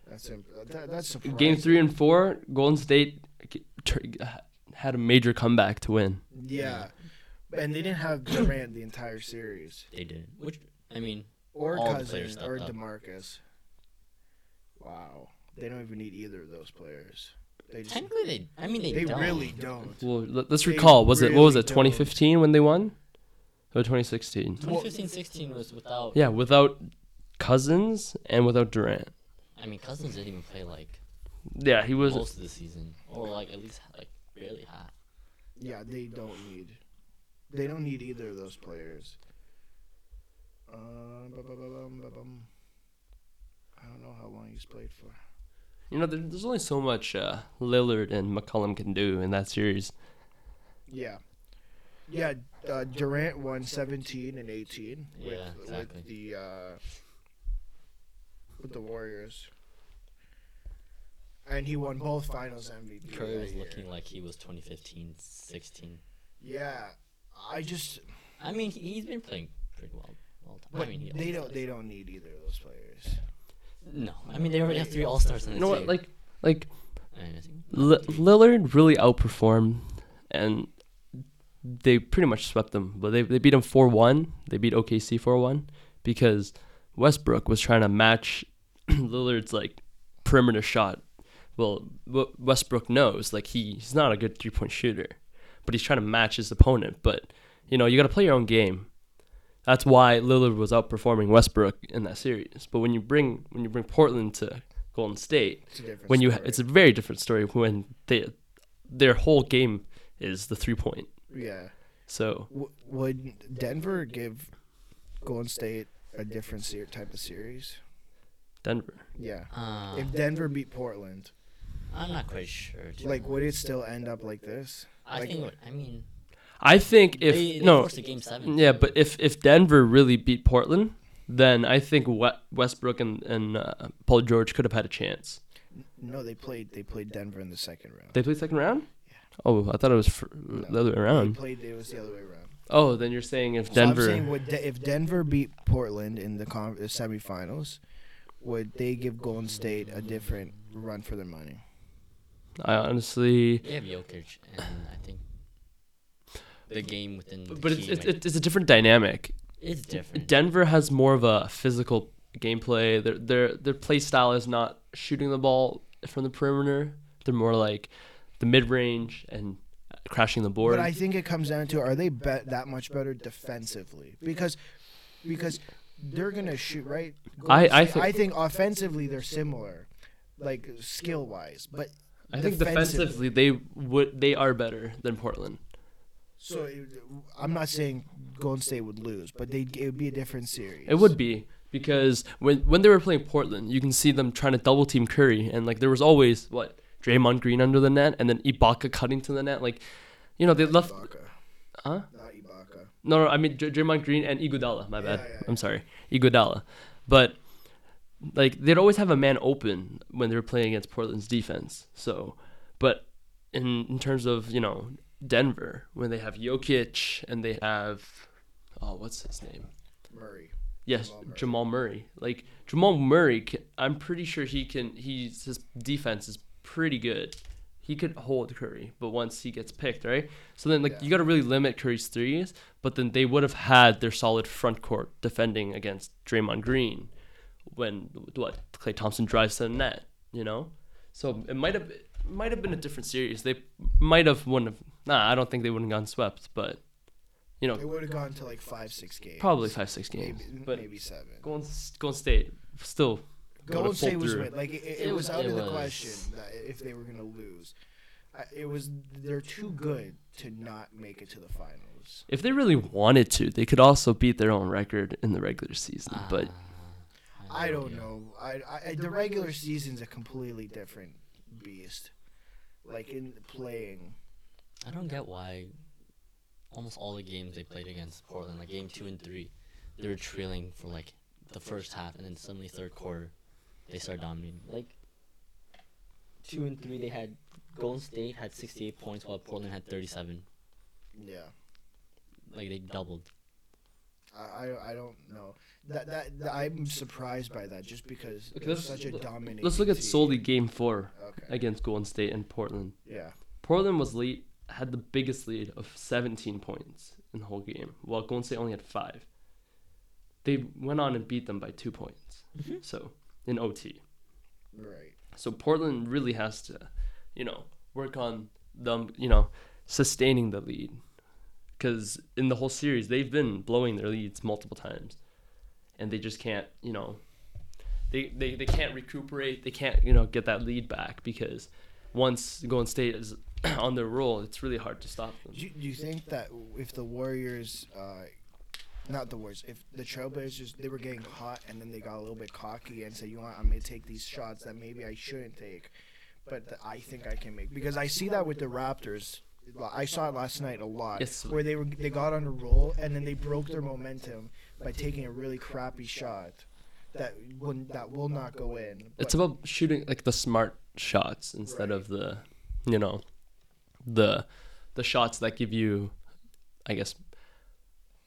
[SPEAKER 1] That's imp- that, that's surprising.
[SPEAKER 2] Game three and four, Golden State c- tur- had a major comeback to win.
[SPEAKER 1] Yeah. And they didn't have Durant the entire series.
[SPEAKER 3] They did. Which I mean,
[SPEAKER 1] or
[SPEAKER 3] All the players
[SPEAKER 1] Cousins
[SPEAKER 3] stepped
[SPEAKER 1] or
[SPEAKER 3] up.
[SPEAKER 1] Demarcus. Wow, they don't even need either of those players. They just,
[SPEAKER 3] technically they. I mean they.
[SPEAKER 1] they
[SPEAKER 3] don't.
[SPEAKER 1] really don't.
[SPEAKER 2] Well, let- let's
[SPEAKER 1] They
[SPEAKER 2] recall. Was it what was
[SPEAKER 1] really
[SPEAKER 2] it? 2015 when they won, or 2016?
[SPEAKER 3] 2015-16 was without.
[SPEAKER 2] Yeah, without Cousins and without Durant.
[SPEAKER 3] I mean, Cousins didn't even play like
[SPEAKER 2] Yeah, he was.
[SPEAKER 3] most of the season, or like at least like barely half.
[SPEAKER 1] Yeah, they don't need. They don't need either of those players. Um, bu- bu- bu- bum, bu- bum. I don't know how long he's played for.
[SPEAKER 2] You know, there, there's only so much uh, Lillard and McCollum can do in that series.
[SPEAKER 1] Yeah. Yeah, uh, Durant won 17 and 18 with,
[SPEAKER 3] Yeah, exactly.
[SPEAKER 1] with the uh, with the Warriors. And he won both Finals MVP.
[SPEAKER 3] Curry
[SPEAKER 1] that
[SPEAKER 3] was
[SPEAKER 1] year.
[SPEAKER 3] looking like he was 2015, 16.
[SPEAKER 1] Yeah, I just
[SPEAKER 3] I mean, he- he's been playing pretty well. All time.
[SPEAKER 1] but
[SPEAKER 3] I mean, he
[SPEAKER 1] they
[SPEAKER 3] always
[SPEAKER 1] don't
[SPEAKER 3] does.
[SPEAKER 1] they don't need either of those players.
[SPEAKER 3] No, I mean they already have three All Stars in the
[SPEAKER 2] You know what?
[SPEAKER 3] team.
[SPEAKER 2] Like, like
[SPEAKER 3] I mean, I think-
[SPEAKER 2] L- Lillard really outperformed, and they pretty much swept them. But they they beat them four one. They beat OKC four one because Westbrook was trying to match Lillard's like perimeter shot. Well, w- Westbrook knows like he, he's not a good three point shooter, but he's trying to match his opponent. But you know you got to play your own game. That's why Lillard was outperforming Westbrook in that series. But when you bring when you bring Portland to Golden State,
[SPEAKER 1] It's a different
[SPEAKER 2] when you ha-
[SPEAKER 1] story.
[SPEAKER 2] it's a very different story when they their whole game is the three point.
[SPEAKER 1] yeah.
[SPEAKER 2] So
[SPEAKER 1] W- would Denver give Golden State a different ser- type of series?
[SPEAKER 2] Denver,
[SPEAKER 1] Yeah.
[SPEAKER 3] Uh,
[SPEAKER 1] If Denver beat Portland,
[SPEAKER 3] I'm not quite sure. Too.
[SPEAKER 1] like would it still end up like this?
[SPEAKER 3] I
[SPEAKER 1] like-
[SPEAKER 3] think. what- I mean,
[SPEAKER 2] I think if
[SPEAKER 3] they, they
[SPEAKER 2] no,
[SPEAKER 3] forced a game seven.
[SPEAKER 2] yeah, but if if Denver really beat Portland, then I think Wet- Westbrook and and uh, Paul George could have had a chance.
[SPEAKER 1] No, they played. They played Denver in the second round.
[SPEAKER 2] They played second round. Oh, I thought it was fr- the other way
[SPEAKER 1] They
[SPEAKER 2] around.
[SPEAKER 1] played. It was the other way around.
[SPEAKER 2] Oh, then you're saying if Oh. Denver.
[SPEAKER 1] So I'm saying, would De- if Denver beat Portland in the, con- the semifinals, would they give Golden State a different run for their money?
[SPEAKER 2] I honestly.
[SPEAKER 3] They have Jokic, and I think the game within the
[SPEAKER 2] But it's
[SPEAKER 3] team,
[SPEAKER 2] it's,
[SPEAKER 3] like,
[SPEAKER 2] it's a different dynamic.
[SPEAKER 3] it's different.
[SPEAKER 2] Denver has more of a physical gameplay. Their their their play style is not shooting the ball from the perimeter. They're more like the mid range and crashing the board.
[SPEAKER 1] But I think it comes down to are they bet that much better defensively? Because because they're gonna shoot right.
[SPEAKER 2] I-
[SPEAKER 1] Golden
[SPEAKER 2] I
[SPEAKER 1] State-
[SPEAKER 2] think-
[SPEAKER 1] I think offensively they're similar, like skill wise. But
[SPEAKER 2] I think defensively they would they are better than Portland.
[SPEAKER 1] so it, I'm not saying Golden State would lose, but they it would be a different series.
[SPEAKER 2] It would be because when when they were playing Portland, you can see them trying to double team Curry, and like there was always what Draymond Green under the net, and then Ibaka cutting to the net. Like, you know, they left.
[SPEAKER 1] Ibaka.
[SPEAKER 2] Huh?
[SPEAKER 1] Not Ibaka.
[SPEAKER 2] No, no, I mean Dr- Draymond Green and Iguodala. My bad.
[SPEAKER 1] Yeah, yeah,
[SPEAKER 2] I'm sorry, Iguodala. But like they'd always have a man open when they were playing against Portland's defense. So, but in in terms of you know Denver, when they have Jokic and they have oh what's his name?
[SPEAKER 1] Murray.
[SPEAKER 2] Yes,
[SPEAKER 1] Jamal
[SPEAKER 2] Jamal
[SPEAKER 1] Murray.
[SPEAKER 2] Murray. Like Jamal Murray, ca I'm pretty sure he can. He's his defense is pretty good. He could hold Curry, but once he gets picked, right? So then, like,
[SPEAKER 1] Yeah.
[SPEAKER 2] you got to really limit Curry's threes. But then they would have had their solid front court defending against Draymond Green, when what Clay Thompson drives to the net, you know. So it might have it might have been a different series. They might have wouldn't have. Nah, I don't think they wouldn't have gone swept, but you know,
[SPEAKER 1] It would have gone to like five, six games.
[SPEAKER 2] probably five six games.
[SPEAKER 1] maybe,
[SPEAKER 2] but
[SPEAKER 1] maybe seven.
[SPEAKER 2] Golden, Golden State still.
[SPEAKER 1] Golden
[SPEAKER 2] would've
[SPEAKER 1] State
[SPEAKER 2] pulled
[SPEAKER 1] was
[SPEAKER 2] through.
[SPEAKER 1] win- like it, it,
[SPEAKER 3] It
[SPEAKER 1] was
[SPEAKER 3] was-
[SPEAKER 1] out
[SPEAKER 3] it
[SPEAKER 1] of the
[SPEAKER 3] was.
[SPEAKER 1] question that if they were gonna lose. I, it was they're too good to not make it to the finals.
[SPEAKER 2] If they really wanted to, they could also beat their own record in the regular season.
[SPEAKER 3] Ah,
[SPEAKER 2] but
[SPEAKER 1] I don't know. I, I the regular season's a completely different beast. Like in playing,
[SPEAKER 3] I don't get why almost all the games they played against Portland, like game two and three, they were trailing for like the first half, and then suddenly third quarter, they started dominating. Like two and three, they had Golden State had 68 points while Portland had 37.
[SPEAKER 1] yeah.
[SPEAKER 3] Like they doubled.
[SPEAKER 1] I, I, I don't know. That, that that I'm surprised by that just because it's
[SPEAKER 2] Okay, let's-
[SPEAKER 1] such a
[SPEAKER 2] let's
[SPEAKER 1] dominating.
[SPEAKER 2] let's look at
[SPEAKER 1] team.
[SPEAKER 2] solely Game Four
[SPEAKER 1] Okay.
[SPEAKER 2] against Golden State and Portland.
[SPEAKER 1] Yeah.
[SPEAKER 2] Portland was lead had the biggest lead of 17 points in the whole game, while Golden State only had five. They went on and beat them by two points. So in OT.
[SPEAKER 1] Right.
[SPEAKER 2] So Portland really has to, you know, work on them, you know, sustaining the lead. Because in the whole series, they've been blowing their leads multiple times, and they just can't, you know, they they, they can't recuperate. They can't, you know, get that lead back because once Golden State is on their roll, it's really hard to stop them.
[SPEAKER 1] Do you, do you think that if the Warriors, uh, not the Warriors, if the Trailblazers, they were getting hot and then they got a little bit cocky and said, you know what, I'm going to take these shots that maybe I shouldn't take, but that I think I can make? Because I see that with the Raptors. I saw it last night a lot,
[SPEAKER 2] Yes.
[SPEAKER 1] where they were they got on a roll and then they broke their momentum by taking a really crappy shot that wouldn't that will not go in.
[SPEAKER 2] It's
[SPEAKER 1] but-
[SPEAKER 2] about shooting like the smart shots instead of the, you know, the, the shots that give you, I guess,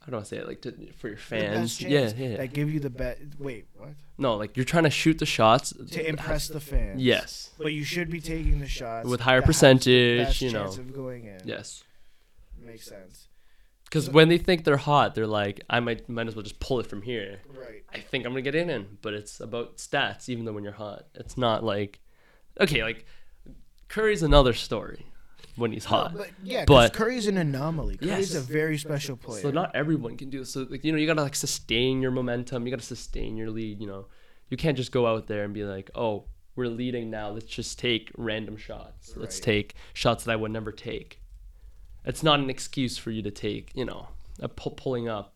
[SPEAKER 2] how do I say it? Like to, for your
[SPEAKER 1] the best
[SPEAKER 2] fans, yeah,
[SPEAKER 1] chance
[SPEAKER 2] yeah. yeah.
[SPEAKER 1] That give you the bet. Wait, what?
[SPEAKER 2] No, like you're trying to shoot the shots.
[SPEAKER 1] To impress the fans.
[SPEAKER 2] Yes,
[SPEAKER 1] But you should be taking the shots
[SPEAKER 2] with
[SPEAKER 1] that
[SPEAKER 2] higher
[SPEAKER 1] have the
[SPEAKER 2] percentage,
[SPEAKER 1] best
[SPEAKER 2] you know.
[SPEAKER 1] chance of going in.
[SPEAKER 2] Yes,
[SPEAKER 1] makes sense.
[SPEAKER 2] because
[SPEAKER 1] So-
[SPEAKER 2] when they think they're hot, they're like, I might might as well just pull it from here.
[SPEAKER 1] Right.
[SPEAKER 2] I think I'm gonna get in, in but it's about stats. Even though when you're hot, it's not like, okay, like Curry's another story when he's hot.
[SPEAKER 1] But yeah, because
[SPEAKER 2] But-
[SPEAKER 1] Curry's an anomaly. Curry's
[SPEAKER 2] Yes.
[SPEAKER 1] a very special player.
[SPEAKER 2] So not everyone can do this. So like you know, you gotta like sustain your momentum. You gotta sustain your lead. You know, you can't just go out there and be like, oh, we're leading now. Let's just take random shots. Let's
[SPEAKER 1] Right.
[SPEAKER 2] take shots that I would never take. It's not an excuse for you to take. You know, a pu- pulling up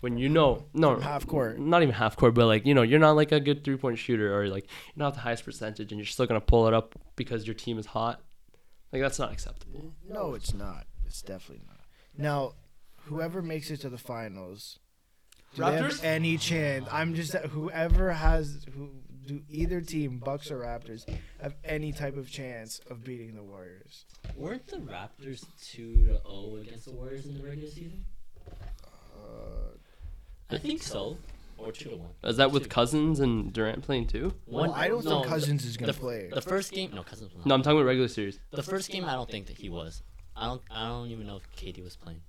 [SPEAKER 2] when you know no
[SPEAKER 1] half court.
[SPEAKER 2] Not even half court, but like you know, you're not like a good three point shooter or like you're not the highest percentage, and you're still gonna pull it up because your team is hot. Like that's not acceptable.
[SPEAKER 1] no, it's not. It's definitely not. Now, whoever makes it to the finals, Do they have
[SPEAKER 2] Raptors?
[SPEAKER 1] any chance? I'm just whoever has who do either team, Bucks or Raptors, have any type of chance of beating the Warriors?
[SPEAKER 3] Weren't the Raptors two to zero against the Warriors in the regular season?
[SPEAKER 1] Uh,
[SPEAKER 3] I think so. Or two to one.
[SPEAKER 2] Is that with
[SPEAKER 3] Two.
[SPEAKER 2] Cousins and Durant playing too?
[SPEAKER 1] well, I don't
[SPEAKER 3] no,
[SPEAKER 1] think Cousins is
[SPEAKER 3] The,
[SPEAKER 1] gonna
[SPEAKER 3] the,
[SPEAKER 1] play.
[SPEAKER 3] the first game, no, Cousins. Was not.
[SPEAKER 2] No, I'm talking about regular series.
[SPEAKER 3] The first game, I don't think that he was. I don't. I don't even know if KD was playing.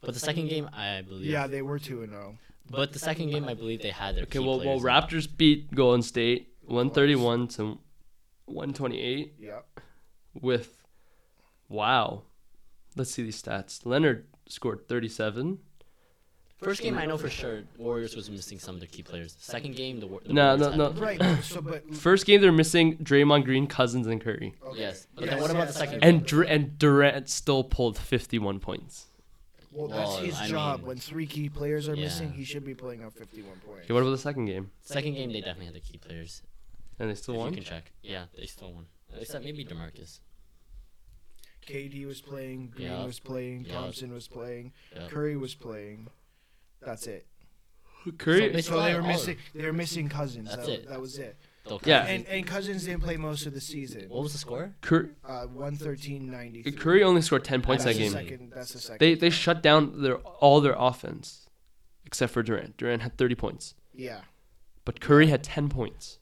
[SPEAKER 3] But the second game, I believe.
[SPEAKER 1] yeah, they were two and oh. zero.
[SPEAKER 3] But the second game, I believe they had their.
[SPEAKER 2] Okay,
[SPEAKER 3] key
[SPEAKER 2] well, well,
[SPEAKER 3] players in.
[SPEAKER 2] Raptors beat Golden State 131 to 128
[SPEAKER 1] Yeah.
[SPEAKER 2] with, wow, let's see these stats. Leonard scored 37.
[SPEAKER 3] First game, I know for sure Warriors was missing some of their key players. Second game, the, War- the
[SPEAKER 2] No,
[SPEAKER 3] Warriors
[SPEAKER 2] no,
[SPEAKER 3] had
[SPEAKER 2] no.
[SPEAKER 3] them.
[SPEAKER 1] Right. but- So, but
[SPEAKER 2] First game they're missing Draymond Green, Cousins, and Curry,
[SPEAKER 1] okay.
[SPEAKER 3] Yes, but
[SPEAKER 1] Yes,
[SPEAKER 3] then what about
[SPEAKER 1] yes,
[SPEAKER 3] the second?
[SPEAKER 2] and
[SPEAKER 3] game?
[SPEAKER 2] Dr- and Durant still pulled 51 points.
[SPEAKER 1] Well, that's
[SPEAKER 3] Well,
[SPEAKER 1] his
[SPEAKER 3] I
[SPEAKER 1] job.
[SPEAKER 3] mean-
[SPEAKER 1] when three key players are
[SPEAKER 3] Yeah.
[SPEAKER 1] missing, he should be playing out 51 points.
[SPEAKER 2] Okay, what about the second game?
[SPEAKER 3] Second game, they definitely had the key players.
[SPEAKER 2] And they still
[SPEAKER 3] if
[SPEAKER 2] won.
[SPEAKER 3] You can check. Yeah, they still won. Except maybe Demarcus.
[SPEAKER 1] KD was playing, Green
[SPEAKER 3] Yeah.
[SPEAKER 1] was playing,
[SPEAKER 3] Yeah.
[SPEAKER 1] Thompson was playing,
[SPEAKER 3] Yeah.
[SPEAKER 1] Curry was playing. That's it.
[SPEAKER 2] Curry,
[SPEAKER 3] They
[SPEAKER 1] So they
[SPEAKER 3] tried
[SPEAKER 1] were
[SPEAKER 3] all of
[SPEAKER 1] missing. They were missing Cousins.
[SPEAKER 3] That's
[SPEAKER 1] that,
[SPEAKER 3] it.
[SPEAKER 1] that was it.
[SPEAKER 3] Though
[SPEAKER 2] Yeah.
[SPEAKER 3] Cousins-
[SPEAKER 1] And and Cousins didn't play most of the season.
[SPEAKER 3] What was the score?
[SPEAKER 2] Cur-
[SPEAKER 1] Uh, 113.93.
[SPEAKER 2] Curry only scored 10 points
[SPEAKER 1] that's the
[SPEAKER 2] that game.
[SPEAKER 1] Second, that's the second.
[SPEAKER 2] They they shut down their all their offense, except for Durant. Durant had 30 points,
[SPEAKER 1] yeah.
[SPEAKER 2] but Curry had 10 points.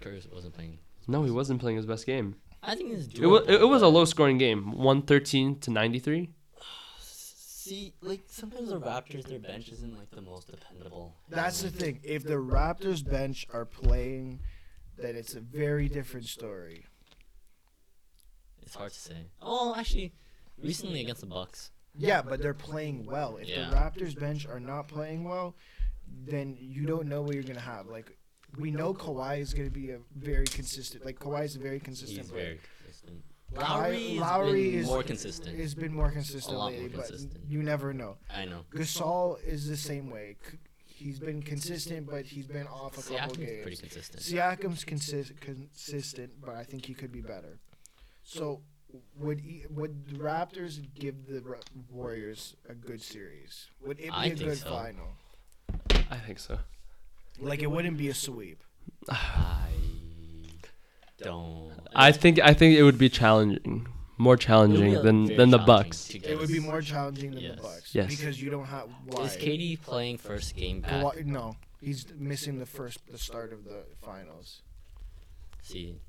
[SPEAKER 3] Curry wasn't playing.
[SPEAKER 2] No, he wasn't playing his best game.
[SPEAKER 3] I think it's
[SPEAKER 2] It was,
[SPEAKER 3] doable.
[SPEAKER 2] it was a
[SPEAKER 3] but-
[SPEAKER 2] low scoring game, 113 to 93.
[SPEAKER 3] See, like sometimes the Raptors, their bench isn't like the most dependable.
[SPEAKER 1] That's the thing. If the Raptors bench are playing, then it's a very different story.
[SPEAKER 3] It's hard to say. Oh, actually, recently against the Bucks,
[SPEAKER 1] Yeah, but they're playing well. If
[SPEAKER 3] Yeah.
[SPEAKER 1] the Raptors bench are not playing well, then you don't know what you're gonna have. Like we know Kawhi is gonna be a very consistent. Like Kawhi is a very consistent
[SPEAKER 3] he's
[SPEAKER 1] player.
[SPEAKER 3] very consistent.
[SPEAKER 1] Lowry-
[SPEAKER 3] Lowry's
[SPEAKER 1] Lowry
[SPEAKER 3] been
[SPEAKER 1] is-
[SPEAKER 3] more consistent.
[SPEAKER 1] It's been more consistent
[SPEAKER 3] A lot more
[SPEAKER 1] lately, but
[SPEAKER 3] consistent.
[SPEAKER 1] you never know.
[SPEAKER 3] I know.
[SPEAKER 1] Gasol is the same way. C- He's been consistent, but he's been off a couple
[SPEAKER 3] Siakam's pretty
[SPEAKER 1] games.
[SPEAKER 3] consistent.
[SPEAKER 1] Siakam's consi- consistent, but I think he could be better. So would e- would the Raptors give the Ra- Warriors a good series? Would it be a
[SPEAKER 3] I think
[SPEAKER 1] good
[SPEAKER 3] so.
[SPEAKER 1] final?
[SPEAKER 2] I think so.
[SPEAKER 1] Like it wouldn't be a sweep.
[SPEAKER 3] I don't.
[SPEAKER 2] I think I think it would be challenging, more
[SPEAKER 3] It would be,
[SPEAKER 2] challenging
[SPEAKER 3] like,
[SPEAKER 2] than
[SPEAKER 3] very
[SPEAKER 2] than the
[SPEAKER 3] challenging
[SPEAKER 2] Bucks.
[SPEAKER 3] to get
[SPEAKER 1] It would be
[SPEAKER 3] us.
[SPEAKER 1] more challenging than
[SPEAKER 3] Yes.
[SPEAKER 1] the Bucks.
[SPEAKER 2] Yes.
[SPEAKER 1] Because you don't have why.
[SPEAKER 3] Is KD playing first game back?
[SPEAKER 1] Kawhi- no, he's missing the first the start of the finals.
[SPEAKER 3] See,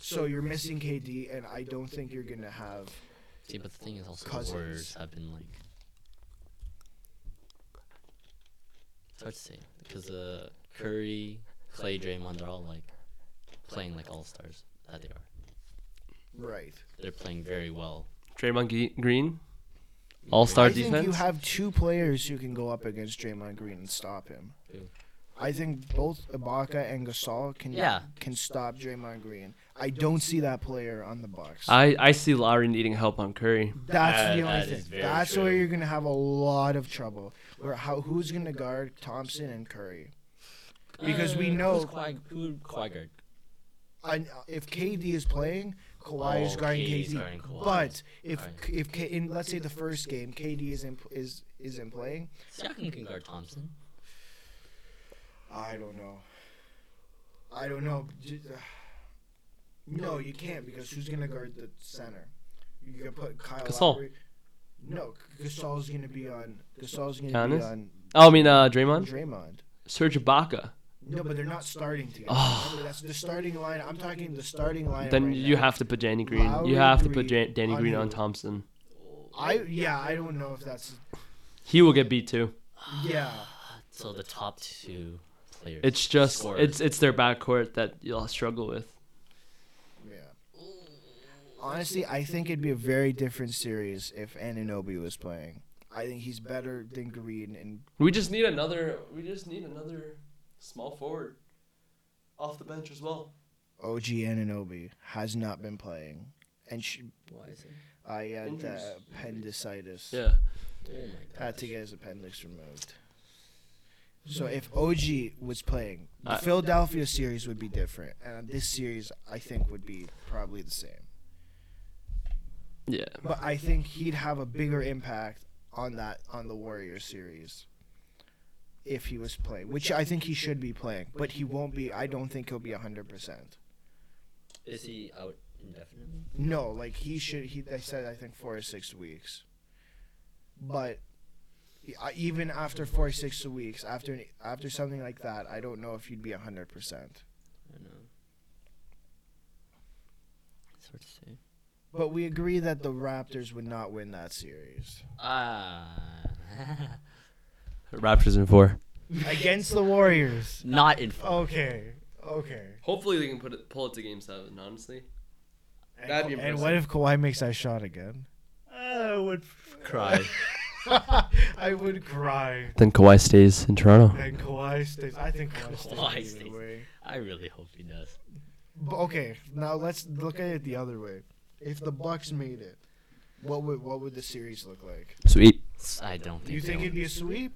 [SPEAKER 1] So you're missing KD, and I don't think you're gonna have.
[SPEAKER 3] see, but the thing is also
[SPEAKER 1] Cousins.
[SPEAKER 3] the Warriors have been like. It's hard to say because uh, Curry, Clay, Draymond, they're all like playing like all stars that they are.
[SPEAKER 1] Right.
[SPEAKER 3] They're playing very well.
[SPEAKER 2] Draymond Ge- Green, All Star
[SPEAKER 1] I think you
[SPEAKER 2] defense.
[SPEAKER 1] have two players who can go up against Draymond Green and stop him.
[SPEAKER 3] Who?
[SPEAKER 1] I think both Ibaka and Gasol can
[SPEAKER 3] Yeah.
[SPEAKER 1] can stop Draymond Green. I don't see that player on the Bucks.
[SPEAKER 2] I I see Lowry needing help on Curry.
[SPEAKER 1] That's
[SPEAKER 3] That-
[SPEAKER 1] the only
[SPEAKER 3] that
[SPEAKER 1] thing.
[SPEAKER 3] is very
[SPEAKER 1] That's where
[SPEAKER 3] true.
[SPEAKER 1] you're gonna have a lot of trouble. Where how who's gonna guard Thompson and Curry? Because we
[SPEAKER 3] Uh,
[SPEAKER 1] know-
[SPEAKER 3] who's Kawhi, who Kawhi guard?
[SPEAKER 1] I, if KD is playing, Kawhi is
[SPEAKER 3] Oh,
[SPEAKER 1] guarding
[SPEAKER 3] KD
[SPEAKER 1] KD.
[SPEAKER 3] is guarding Kawhi.
[SPEAKER 1] But if
[SPEAKER 3] Alright.
[SPEAKER 1] if K, in let's say the first game KD isn't is isn't playing,
[SPEAKER 3] Siakam can guard Thompson.
[SPEAKER 1] I don't know. I don't know. J- uh, No, you can't because who's gonna guard the center? You gonna put Kyle
[SPEAKER 2] Gasol.
[SPEAKER 1] Lowry. No, Gasol's gonna be on. Gasol's gonna be
[SPEAKER 2] Giannis?
[SPEAKER 1] on
[SPEAKER 2] Oh, I mean uh, Draymond,
[SPEAKER 1] Draymond.
[SPEAKER 2] Serge Ibaka.
[SPEAKER 1] No, but they're not starting together. Remember, that's the starting line. I'm talking the starting line.
[SPEAKER 2] Oh. Then
[SPEAKER 1] right
[SPEAKER 2] you
[SPEAKER 1] now.
[SPEAKER 2] have to put Danny Green.
[SPEAKER 1] Lowry,
[SPEAKER 2] you have to put
[SPEAKER 1] Green,
[SPEAKER 2] Jan- Danny Green on
[SPEAKER 1] Undo.
[SPEAKER 2] Thompson.
[SPEAKER 1] I yeah. I don't know if that's
[SPEAKER 2] He will get beat too.
[SPEAKER 1] yeah.
[SPEAKER 3] So the top two players.
[SPEAKER 2] It's just
[SPEAKER 3] scored.
[SPEAKER 2] it's it's their backcourt that you'll struggle with.
[SPEAKER 1] Yeah. Honestly, I think it'd be a very different series if Ananobi was playing. I think he's better than Green, and
[SPEAKER 2] We just need another. We just need another small forward off the bench as well.
[SPEAKER 1] OG Ananobi has not been playing, and she,
[SPEAKER 3] Why is it?
[SPEAKER 1] I had uh,
[SPEAKER 2] Injuries.
[SPEAKER 1] appendicitis.
[SPEAKER 2] Yeah.
[SPEAKER 3] Oh my god.
[SPEAKER 1] Had to get his appendix removed. So if OG was playing, the
[SPEAKER 2] Uh,
[SPEAKER 1] Philadelphia series would be different, and this series I think would be probably the same.
[SPEAKER 2] Yeah.
[SPEAKER 1] But I think he'd have a bigger impact on that on the Warriors series. if he was play, which I think he should be playing, but he won't be. I don't think he'll be hundred percent.
[SPEAKER 3] Is he out indefinitely?
[SPEAKER 1] No, like he should. He they said I think four or six weeks, but I- even after four or six weeks, after an- after something like that, I don't know if you'd be hundred percent.
[SPEAKER 3] I know. It's hard to say.
[SPEAKER 1] But we agree that the Raptors would not win that series
[SPEAKER 3] Ah.
[SPEAKER 2] Raptors in four.
[SPEAKER 1] against the Warriors.
[SPEAKER 3] Not in four.
[SPEAKER 1] Okay, okay.
[SPEAKER 2] Hopefully they can put it, pull it to game seven. Honestly,
[SPEAKER 1] And,
[SPEAKER 2] That'd be
[SPEAKER 1] and
[SPEAKER 2] impressive.
[SPEAKER 1] what if Kawhi makes that shot again? I would
[SPEAKER 3] Cry.
[SPEAKER 1] I would cry.
[SPEAKER 2] then Kawhi stays in Toronto.
[SPEAKER 1] And Kawhi stays. I think Kawhi stays.
[SPEAKER 3] Kawhi
[SPEAKER 1] either
[SPEAKER 3] stays.
[SPEAKER 1] way.
[SPEAKER 3] I really hope he does.
[SPEAKER 1] But okay, now let's look at it the other way. If the Bucks made it, what would what would the series look like?
[SPEAKER 2] Sweet,
[SPEAKER 3] S- I don't think.
[SPEAKER 1] You
[SPEAKER 3] they
[SPEAKER 1] think
[SPEAKER 3] will.
[SPEAKER 1] it'd be a sweep?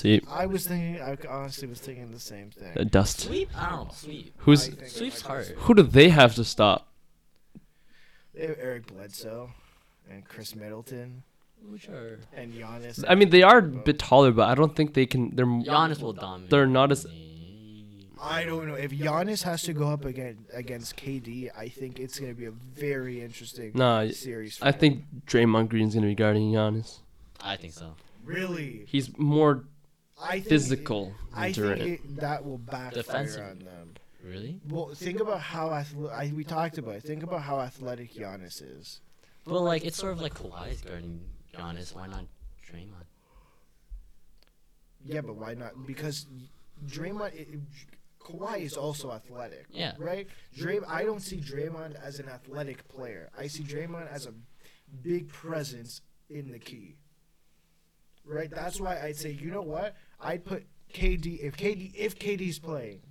[SPEAKER 2] sweep,
[SPEAKER 1] I was thinking. I honestly was thinking the same
[SPEAKER 2] uh,
[SPEAKER 1] thing.
[SPEAKER 2] dust.
[SPEAKER 3] sweep? I don't know. Sweep.
[SPEAKER 2] Who's
[SPEAKER 1] I think it
[SPEAKER 3] Sweep's
[SPEAKER 1] might be a
[SPEAKER 3] hard.
[SPEAKER 1] sweep.
[SPEAKER 2] who do they have to stop?
[SPEAKER 1] Eric Bledsoe and Chris Middleton
[SPEAKER 3] Which are
[SPEAKER 1] and Giannis.
[SPEAKER 2] I mean, they are a bit taller, but I don't think they can. They're m-
[SPEAKER 3] Giannis will dominate.
[SPEAKER 2] They're not as-
[SPEAKER 1] I don't know if Giannis has to go up again against KD. I think it's gonna be a very interesting
[SPEAKER 2] Nah,
[SPEAKER 1] series. for
[SPEAKER 2] I
[SPEAKER 1] them.
[SPEAKER 2] think Draymond Green's gonna be guarding Giannis.
[SPEAKER 3] I think so.
[SPEAKER 1] really
[SPEAKER 2] He's more
[SPEAKER 1] I think
[SPEAKER 2] physical.
[SPEAKER 1] I think
[SPEAKER 2] than Durant.
[SPEAKER 1] it, that will backfire
[SPEAKER 3] Defensive.
[SPEAKER 1] on them.
[SPEAKER 3] Really?
[SPEAKER 1] Well, think about how athle- I, we talked about. It. Think about how athletic Giannis is.
[SPEAKER 3] But like, it's sort of like Kawhi's guarding Giannis. Why not Draymond?
[SPEAKER 1] Yeah, but why not? Because Draymond, it, it, Kawhi is also athletic,
[SPEAKER 3] Yeah.
[SPEAKER 1] right? Dray, I don't see Draymond as an athletic player. I see Draymond as a big presence in the key. Right. That's why I'd say, you know what? I'd put KD if KD if KD's playing,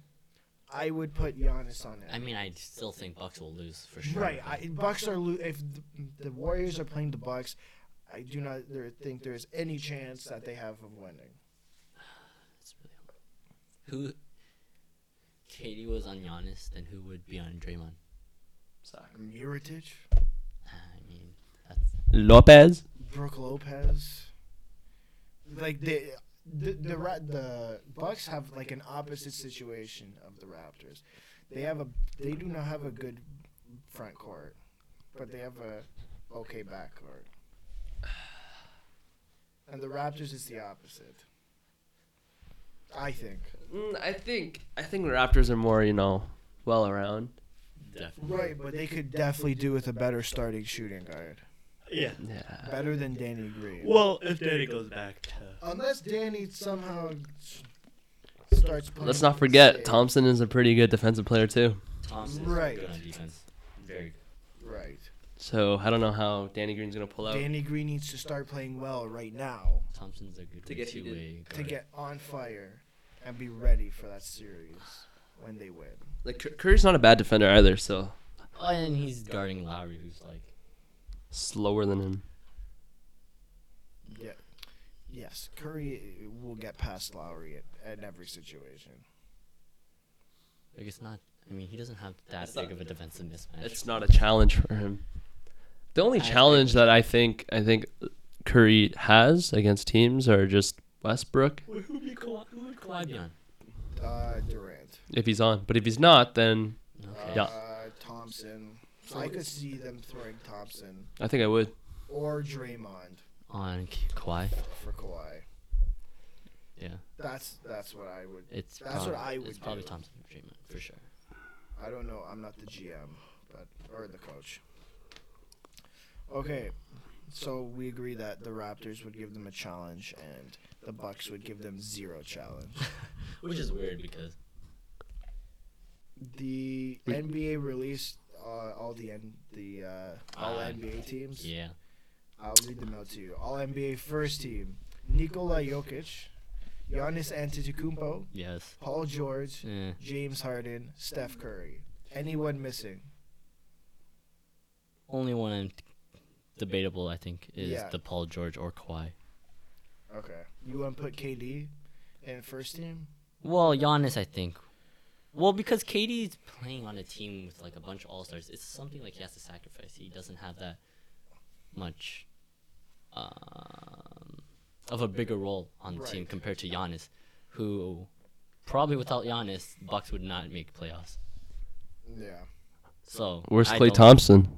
[SPEAKER 1] I would put Giannis on it.
[SPEAKER 3] I mean, I still think Bucks will lose for sure.
[SPEAKER 1] Right. I, Bucks are lo- if the, the Warriors are playing the Bucks, I do not there, think there is any chance that they have of winning.
[SPEAKER 3] It's really hard. Who? Katie was on Giannis, then who would be on Draymond?
[SPEAKER 1] Miritich,
[SPEAKER 3] I mean, that's
[SPEAKER 2] Lopez.
[SPEAKER 1] Brooke Lopez, like the the the, Ra- the Bucks have like an opposite situation of the Raptors. They have a they do not have a good front court, but they have a okay back court. And the Raptors is the opposite. I think.
[SPEAKER 2] Mm, I think I think Raptors are more you know well around.
[SPEAKER 3] definitely.
[SPEAKER 1] Right, but they could definitely do with a better starting shooting guard.
[SPEAKER 4] Yeah.
[SPEAKER 2] Yeah.
[SPEAKER 1] Better than Danny Green.
[SPEAKER 4] Well, if Danny goes back to
[SPEAKER 1] Unless Danny somehow s- starts playing.
[SPEAKER 2] Let's not forget
[SPEAKER 1] safe.
[SPEAKER 2] Thompson is a pretty good defensive player too.
[SPEAKER 3] Thompson is
[SPEAKER 1] Right.
[SPEAKER 3] good on defense. Very good.
[SPEAKER 1] Right.
[SPEAKER 2] So I don't know how Danny Green's gonna pull out.
[SPEAKER 1] Danny Green needs to start playing well right now
[SPEAKER 3] Thompson's a good
[SPEAKER 2] To get heated.
[SPEAKER 3] two-way guard.
[SPEAKER 1] to get on fire and be ready for that series when they win.
[SPEAKER 2] Like Cur- Curry's not a bad defender either, so
[SPEAKER 3] Oh, and he's guarding Lowry, who's like
[SPEAKER 2] slower than him.
[SPEAKER 1] Yeah. Yes, Curry will get past Lowry at, at every situation.
[SPEAKER 3] like it's not. I mean, he doesn't have that
[SPEAKER 2] It's
[SPEAKER 3] big
[SPEAKER 2] not-
[SPEAKER 3] of a defensive mismatch.
[SPEAKER 2] It's not a challenge for him. The only
[SPEAKER 3] I agree.
[SPEAKER 2] challenge that I think I think Curry has against teams are just Westbrook
[SPEAKER 3] who would be Kawhi? Who would Kawhi be on?
[SPEAKER 1] Uh, Durant.
[SPEAKER 2] if he's on, but if he's not, then
[SPEAKER 3] Okay.
[SPEAKER 2] Yeah.
[SPEAKER 1] Uh, Thompson. I could see them throwing Thompson
[SPEAKER 2] I think I would.
[SPEAKER 1] or Draymond
[SPEAKER 3] On K- Kawhi.
[SPEAKER 1] for Kawhi.
[SPEAKER 3] Yeah.
[SPEAKER 1] That's that's what I would.
[SPEAKER 3] It's
[SPEAKER 1] That's
[SPEAKER 3] probably,
[SPEAKER 1] what I
[SPEAKER 3] It's
[SPEAKER 1] would
[SPEAKER 3] probably
[SPEAKER 1] do.
[SPEAKER 3] Thompson for treatment for sure.
[SPEAKER 1] I don't know. I'm not the GM, but or the coach. Okay, so we agree that the Raptors would give them a challenge, and the Bucks would give them zero challenge.
[SPEAKER 3] Which is weird because
[SPEAKER 1] The NBA released uh, all the N- the uh, all
[SPEAKER 3] Uh,
[SPEAKER 1] NBA teams.
[SPEAKER 3] yeah,
[SPEAKER 1] I'll read them out to you. All NBA first team: Nikola Jokic, Giannis Antetokounmpo,
[SPEAKER 3] yes.
[SPEAKER 1] Paul George,
[SPEAKER 3] Eh.
[SPEAKER 1] James Harden, Steph Curry. Anyone missing?
[SPEAKER 3] Only one I'm t- debatable, I think, is
[SPEAKER 1] Yeah.
[SPEAKER 3] the Paul George or Kawhi.
[SPEAKER 1] Okay. You want to put KD in first team?
[SPEAKER 3] Well, Giannis, I think. Well, because KD's playing on a team with like a bunch of all stars, it's something like he has to sacrifice. He doesn't have that much um, of a bigger role on the team
[SPEAKER 1] Right.
[SPEAKER 3] compared to Giannis, who probably without Giannis, Bucks would not make playoffs.
[SPEAKER 1] Yeah.
[SPEAKER 3] So
[SPEAKER 2] Where's
[SPEAKER 3] I
[SPEAKER 2] Clay
[SPEAKER 3] don't-
[SPEAKER 2] Thompson?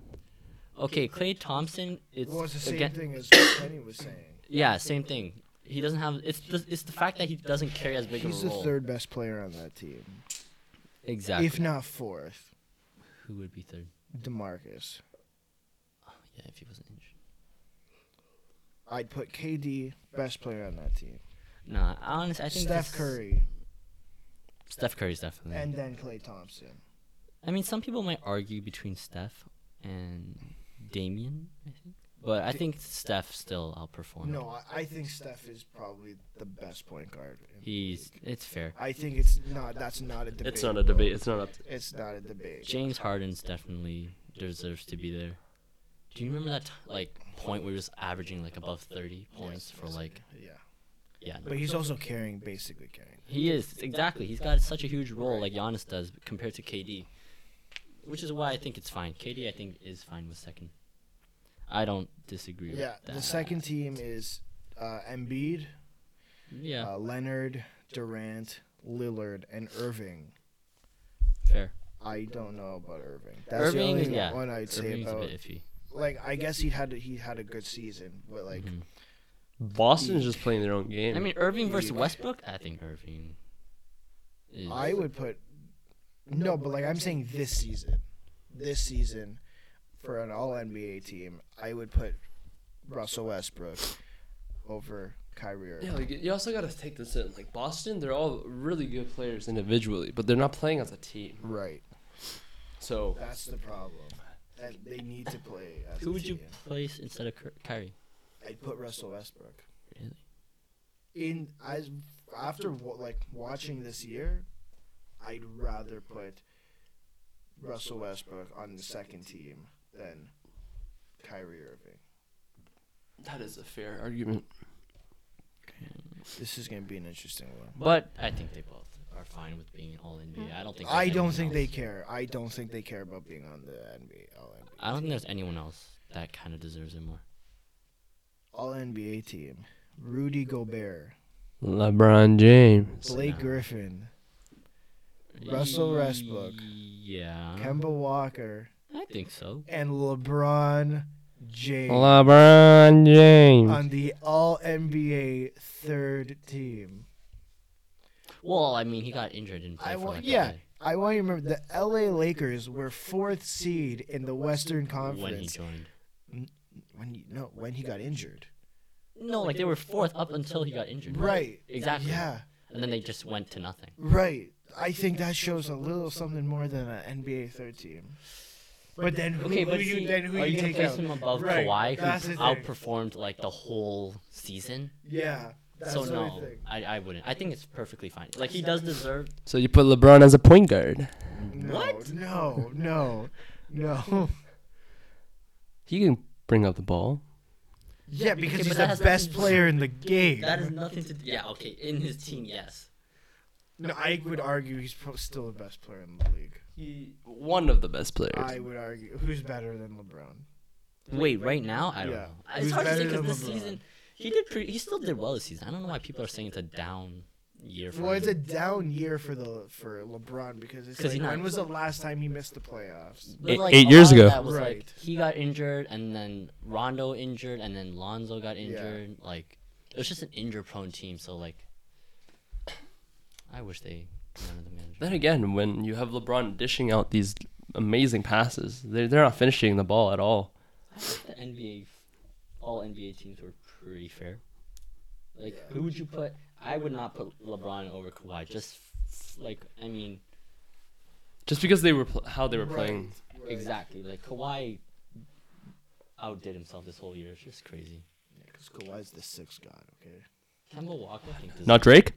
[SPEAKER 3] Okay, Clay Thompson. It's
[SPEAKER 1] Well, it's the same
[SPEAKER 3] again-
[SPEAKER 1] thing as what Kenny was saying.
[SPEAKER 3] Yeah, same thing. He doesn't have. It's the it's the fact that he doesn't carry as big
[SPEAKER 1] He's
[SPEAKER 3] of a
[SPEAKER 1] the
[SPEAKER 3] role.
[SPEAKER 1] third best player on that team,
[SPEAKER 3] Exactly.
[SPEAKER 1] if not fourth.
[SPEAKER 3] who would be third?
[SPEAKER 1] Demarcus.
[SPEAKER 3] Yeah, if he wasn't injured.
[SPEAKER 1] I'd put KD best player on that team.
[SPEAKER 3] Nah, honestly, I think
[SPEAKER 1] Steph
[SPEAKER 3] this-
[SPEAKER 1] Curry,
[SPEAKER 3] Steph Curry's definitely.
[SPEAKER 1] and then Clay Thompson.
[SPEAKER 3] I mean, some people might argue between Steph and Damien, I think. But I think Steph still outperformed.
[SPEAKER 1] No, I, I think Steph is probably the best point guard. in the
[SPEAKER 3] He's.
[SPEAKER 1] league.
[SPEAKER 3] It's fair.
[SPEAKER 1] I think it's not. That's not a debate.
[SPEAKER 2] It's not
[SPEAKER 1] bro.
[SPEAKER 2] a debate. It's not up. To,
[SPEAKER 1] It's not a debate.
[SPEAKER 3] James Harden's definitely deserves to be there. Do you remember that t- like point where he was averaging like above 30 points for like
[SPEAKER 1] Yeah,
[SPEAKER 3] yeah?
[SPEAKER 1] but he's also carrying basically carrying.
[SPEAKER 3] He is exactly. He's got such a huge role like Giannis does compared to KD, which is why I think it's fine. KD I think is fine with second. I don't disagree
[SPEAKER 1] Yeah,
[SPEAKER 3] with that.
[SPEAKER 1] the second team is uh, Embiid,
[SPEAKER 3] Yeah,
[SPEAKER 1] uh, Leonard, Durant, Lillard, and Irving.
[SPEAKER 3] fair.
[SPEAKER 1] I don't know about Irving. That's the
[SPEAKER 3] Irving,
[SPEAKER 1] only
[SPEAKER 3] yeah.
[SPEAKER 1] one I'd say
[SPEAKER 3] Irving's a
[SPEAKER 1] about.
[SPEAKER 3] bit iffy.
[SPEAKER 1] Like, I guess he had he had a good season, but like,
[SPEAKER 3] Mhm.
[SPEAKER 2] Boston's just playing their own game.
[SPEAKER 3] I mean, Irving versus Westbrook. I think Irving. Is,
[SPEAKER 1] I would put no, but like I'm saying this season, this season for an All NBA team, I would put Russell Westbrook over Kyrie. Irving.
[SPEAKER 2] yeah, like you also got to take this in. Like Boston, they're all really good players individually, but they're not playing as a team.
[SPEAKER 1] Right,
[SPEAKER 2] So
[SPEAKER 1] that's the problem. That they need to play. As
[SPEAKER 3] Who
[SPEAKER 1] a
[SPEAKER 3] would you
[SPEAKER 1] team.
[SPEAKER 3] place instead of Kyr- Kyrie?
[SPEAKER 1] I'd put Russell Westbrook.
[SPEAKER 3] Really?
[SPEAKER 1] In as after wa- like watching this year, I'd rather put Russell Westbrook on the second team than Kyrie Irving.
[SPEAKER 2] that is a fair argument.
[SPEAKER 1] This is gonna be an interesting one.
[SPEAKER 3] But I think they both are fine with being all NBA. I don't think.
[SPEAKER 1] I
[SPEAKER 3] there's
[SPEAKER 1] don't
[SPEAKER 3] anyone
[SPEAKER 1] think they
[SPEAKER 3] else-
[SPEAKER 1] care. I don't think they care about being on the NBA All NBA.
[SPEAKER 3] I don't think there's anyone else that kind of deserves it more.
[SPEAKER 1] All NBA team. Rudy Gobert,
[SPEAKER 2] LeBron James.
[SPEAKER 1] Blake
[SPEAKER 3] Yeah.
[SPEAKER 1] Griffin, Russell Westbrook.
[SPEAKER 3] Yeah.
[SPEAKER 1] Kemba Walker,
[SPEAKER 3] I think so.
[SPEAKER 1] and LeBron James
[SPEAKER 2] LeBron James.
[SPEAKER 1] on the All NBA third team.
[SPEAKER 3] Well, I mean, he got injured and
[SPEAKER 1] I
[SPEAKER 3] played for
[SPEAKER 1] want,
[SPEAKER 3] like
[SPEAKER 1] yeah, I want you to remember the LA Lakers were fourth seed in the Western
[SPEAKER 3] a day when he
[SPEAKER 1] Conference
[SPEAKER 3] joined.
[SPEAKER 1] when he, no when he got injured.
[SPEAKER 3] No, like they were fourth up until he got injured.
[SPEAKER 1] Right.
[SPEAKER 3] Exactly.
[SPEAKER 1] Yeah.
[SPEAKER 3] And then they just went to nothing.
[SPEAKER 1] Right. I think that shows a little something more than an NBA third team. But then who,
[SPEAKER 3] Okay, but
[SPEAKER 1] who
[SPEAKER 3] see,
[SPEAKER 1] you then who
[SPEAKER 3] are
[SPEAKER 1] you,
[SPEAKER 3] you gonna
[SPEAKER 1] take
[SPEAKER 3] place
[SPEAKER 1] out?
[SPEAKER 3] him above
[SPEAKER 1] Right,
[SPEAKER 3] Kawhi, who
[SPEAKER 1] that's the thing.
[SPEAKER 3] outperformed like the whole season?
[SPEAKER 1] Yeah. That's
[SPEAKER 3] so
[SPEAKER 1] what I
[SPEAKER 3] no,
[SPEAKER 1] think.
[SPEAKER 3] I, I wouldn't. I think it's perfectly fine. Like he does deserve.
[SPEAKER 2] So you put LeBron as a point guard.
[SPEAKER 1] No,
[SPEAKER 3] What?
[SPEAKER 1] No, no, no.
[SPEAKER 2] He can bring up the ball.
[SPEAKER 1] Yeah, because
[SPEAKER 3] but
[SPEAKER 1] he's
[SPEAKER 3] that
[SPEAKER 1] the
[SPEAKER 3] has
[SPEAKER 1] best
[SPEAKER 3] nothing to-
[SPEAKER 1] player in the game.
[SPEAKER 3] That is nothing to. Yeah, okay. In his team, yes.
[SPEAKER 1] no, I would argue he's pro- still the best player in the league.
[SPEAKER 2] He one of the best players.
[SPEAKER 1] I would argue who's better than LeBron.
[SPEAKER 3] Wait, right now I don't
[SPEAKER 1] Yeah.
[SPEAKER 3] know.
[SPEAKER 1] Who's
[SPEAKER 3] It's hard to say
[SPEAKER 1] better than
[SPEAKER 3] because this
[SPEAKER 1] LeBron?
[SPEAKER 3] season he did pretty. He still did well this season. I don't know why people are saying it's a down year for
[SPEAKER 1] Well, it's a
[SPEAKER 3] him.
[SPEAKER 1] down year for the for LeBron because it's
[SPEAKER 3] 'Cause
[SPEAKER 1] like,
[SPEAKER 3] he's not-
[SPEAKER 1] when was the last time he missed the playoffs?
[SPEAKER 3] But,
[SPEAKER 2] Eight-
[SPEAKER 3] like,
[SPEAKER 2] eight
[SPEAKER 3] a
[SPEAKER 2] years
[SPEAKER 3] lot of
[SPEAKER 2] ago.
[SPEAKER 3] that was, like,
[SPEAKER 1] Right.
[SPEAKER 3] he got injured, and then Rondo injured, and then Lonzo got injured. Like it was just an injury-prone team. So like, I wish they. none of them got injured.
[SPEAKER 2] Then again, when you have LeBron dishing out these amazing passes, they're, they're not finishing the ball at all.
[SPEAKER 3] The NBA, f- all NBA teams were pretty fair. Like, who would you put? I would not put LeBron over Kawhi. Just f- like, I mean,
[SPEAKER 2] Just because they were pl- how they were playing.
[SPEAKER 1] Right.
[SPEAKER 3] exactly. Like Kawhi outdid himself this whole year. It's just crazy.
[SPEAKER 1] Because Kawhi's the sixth god, okay?
[SPEAKER 3] Kemba Walker. I think, deserves-
[SPEAKER 2] Not Drake?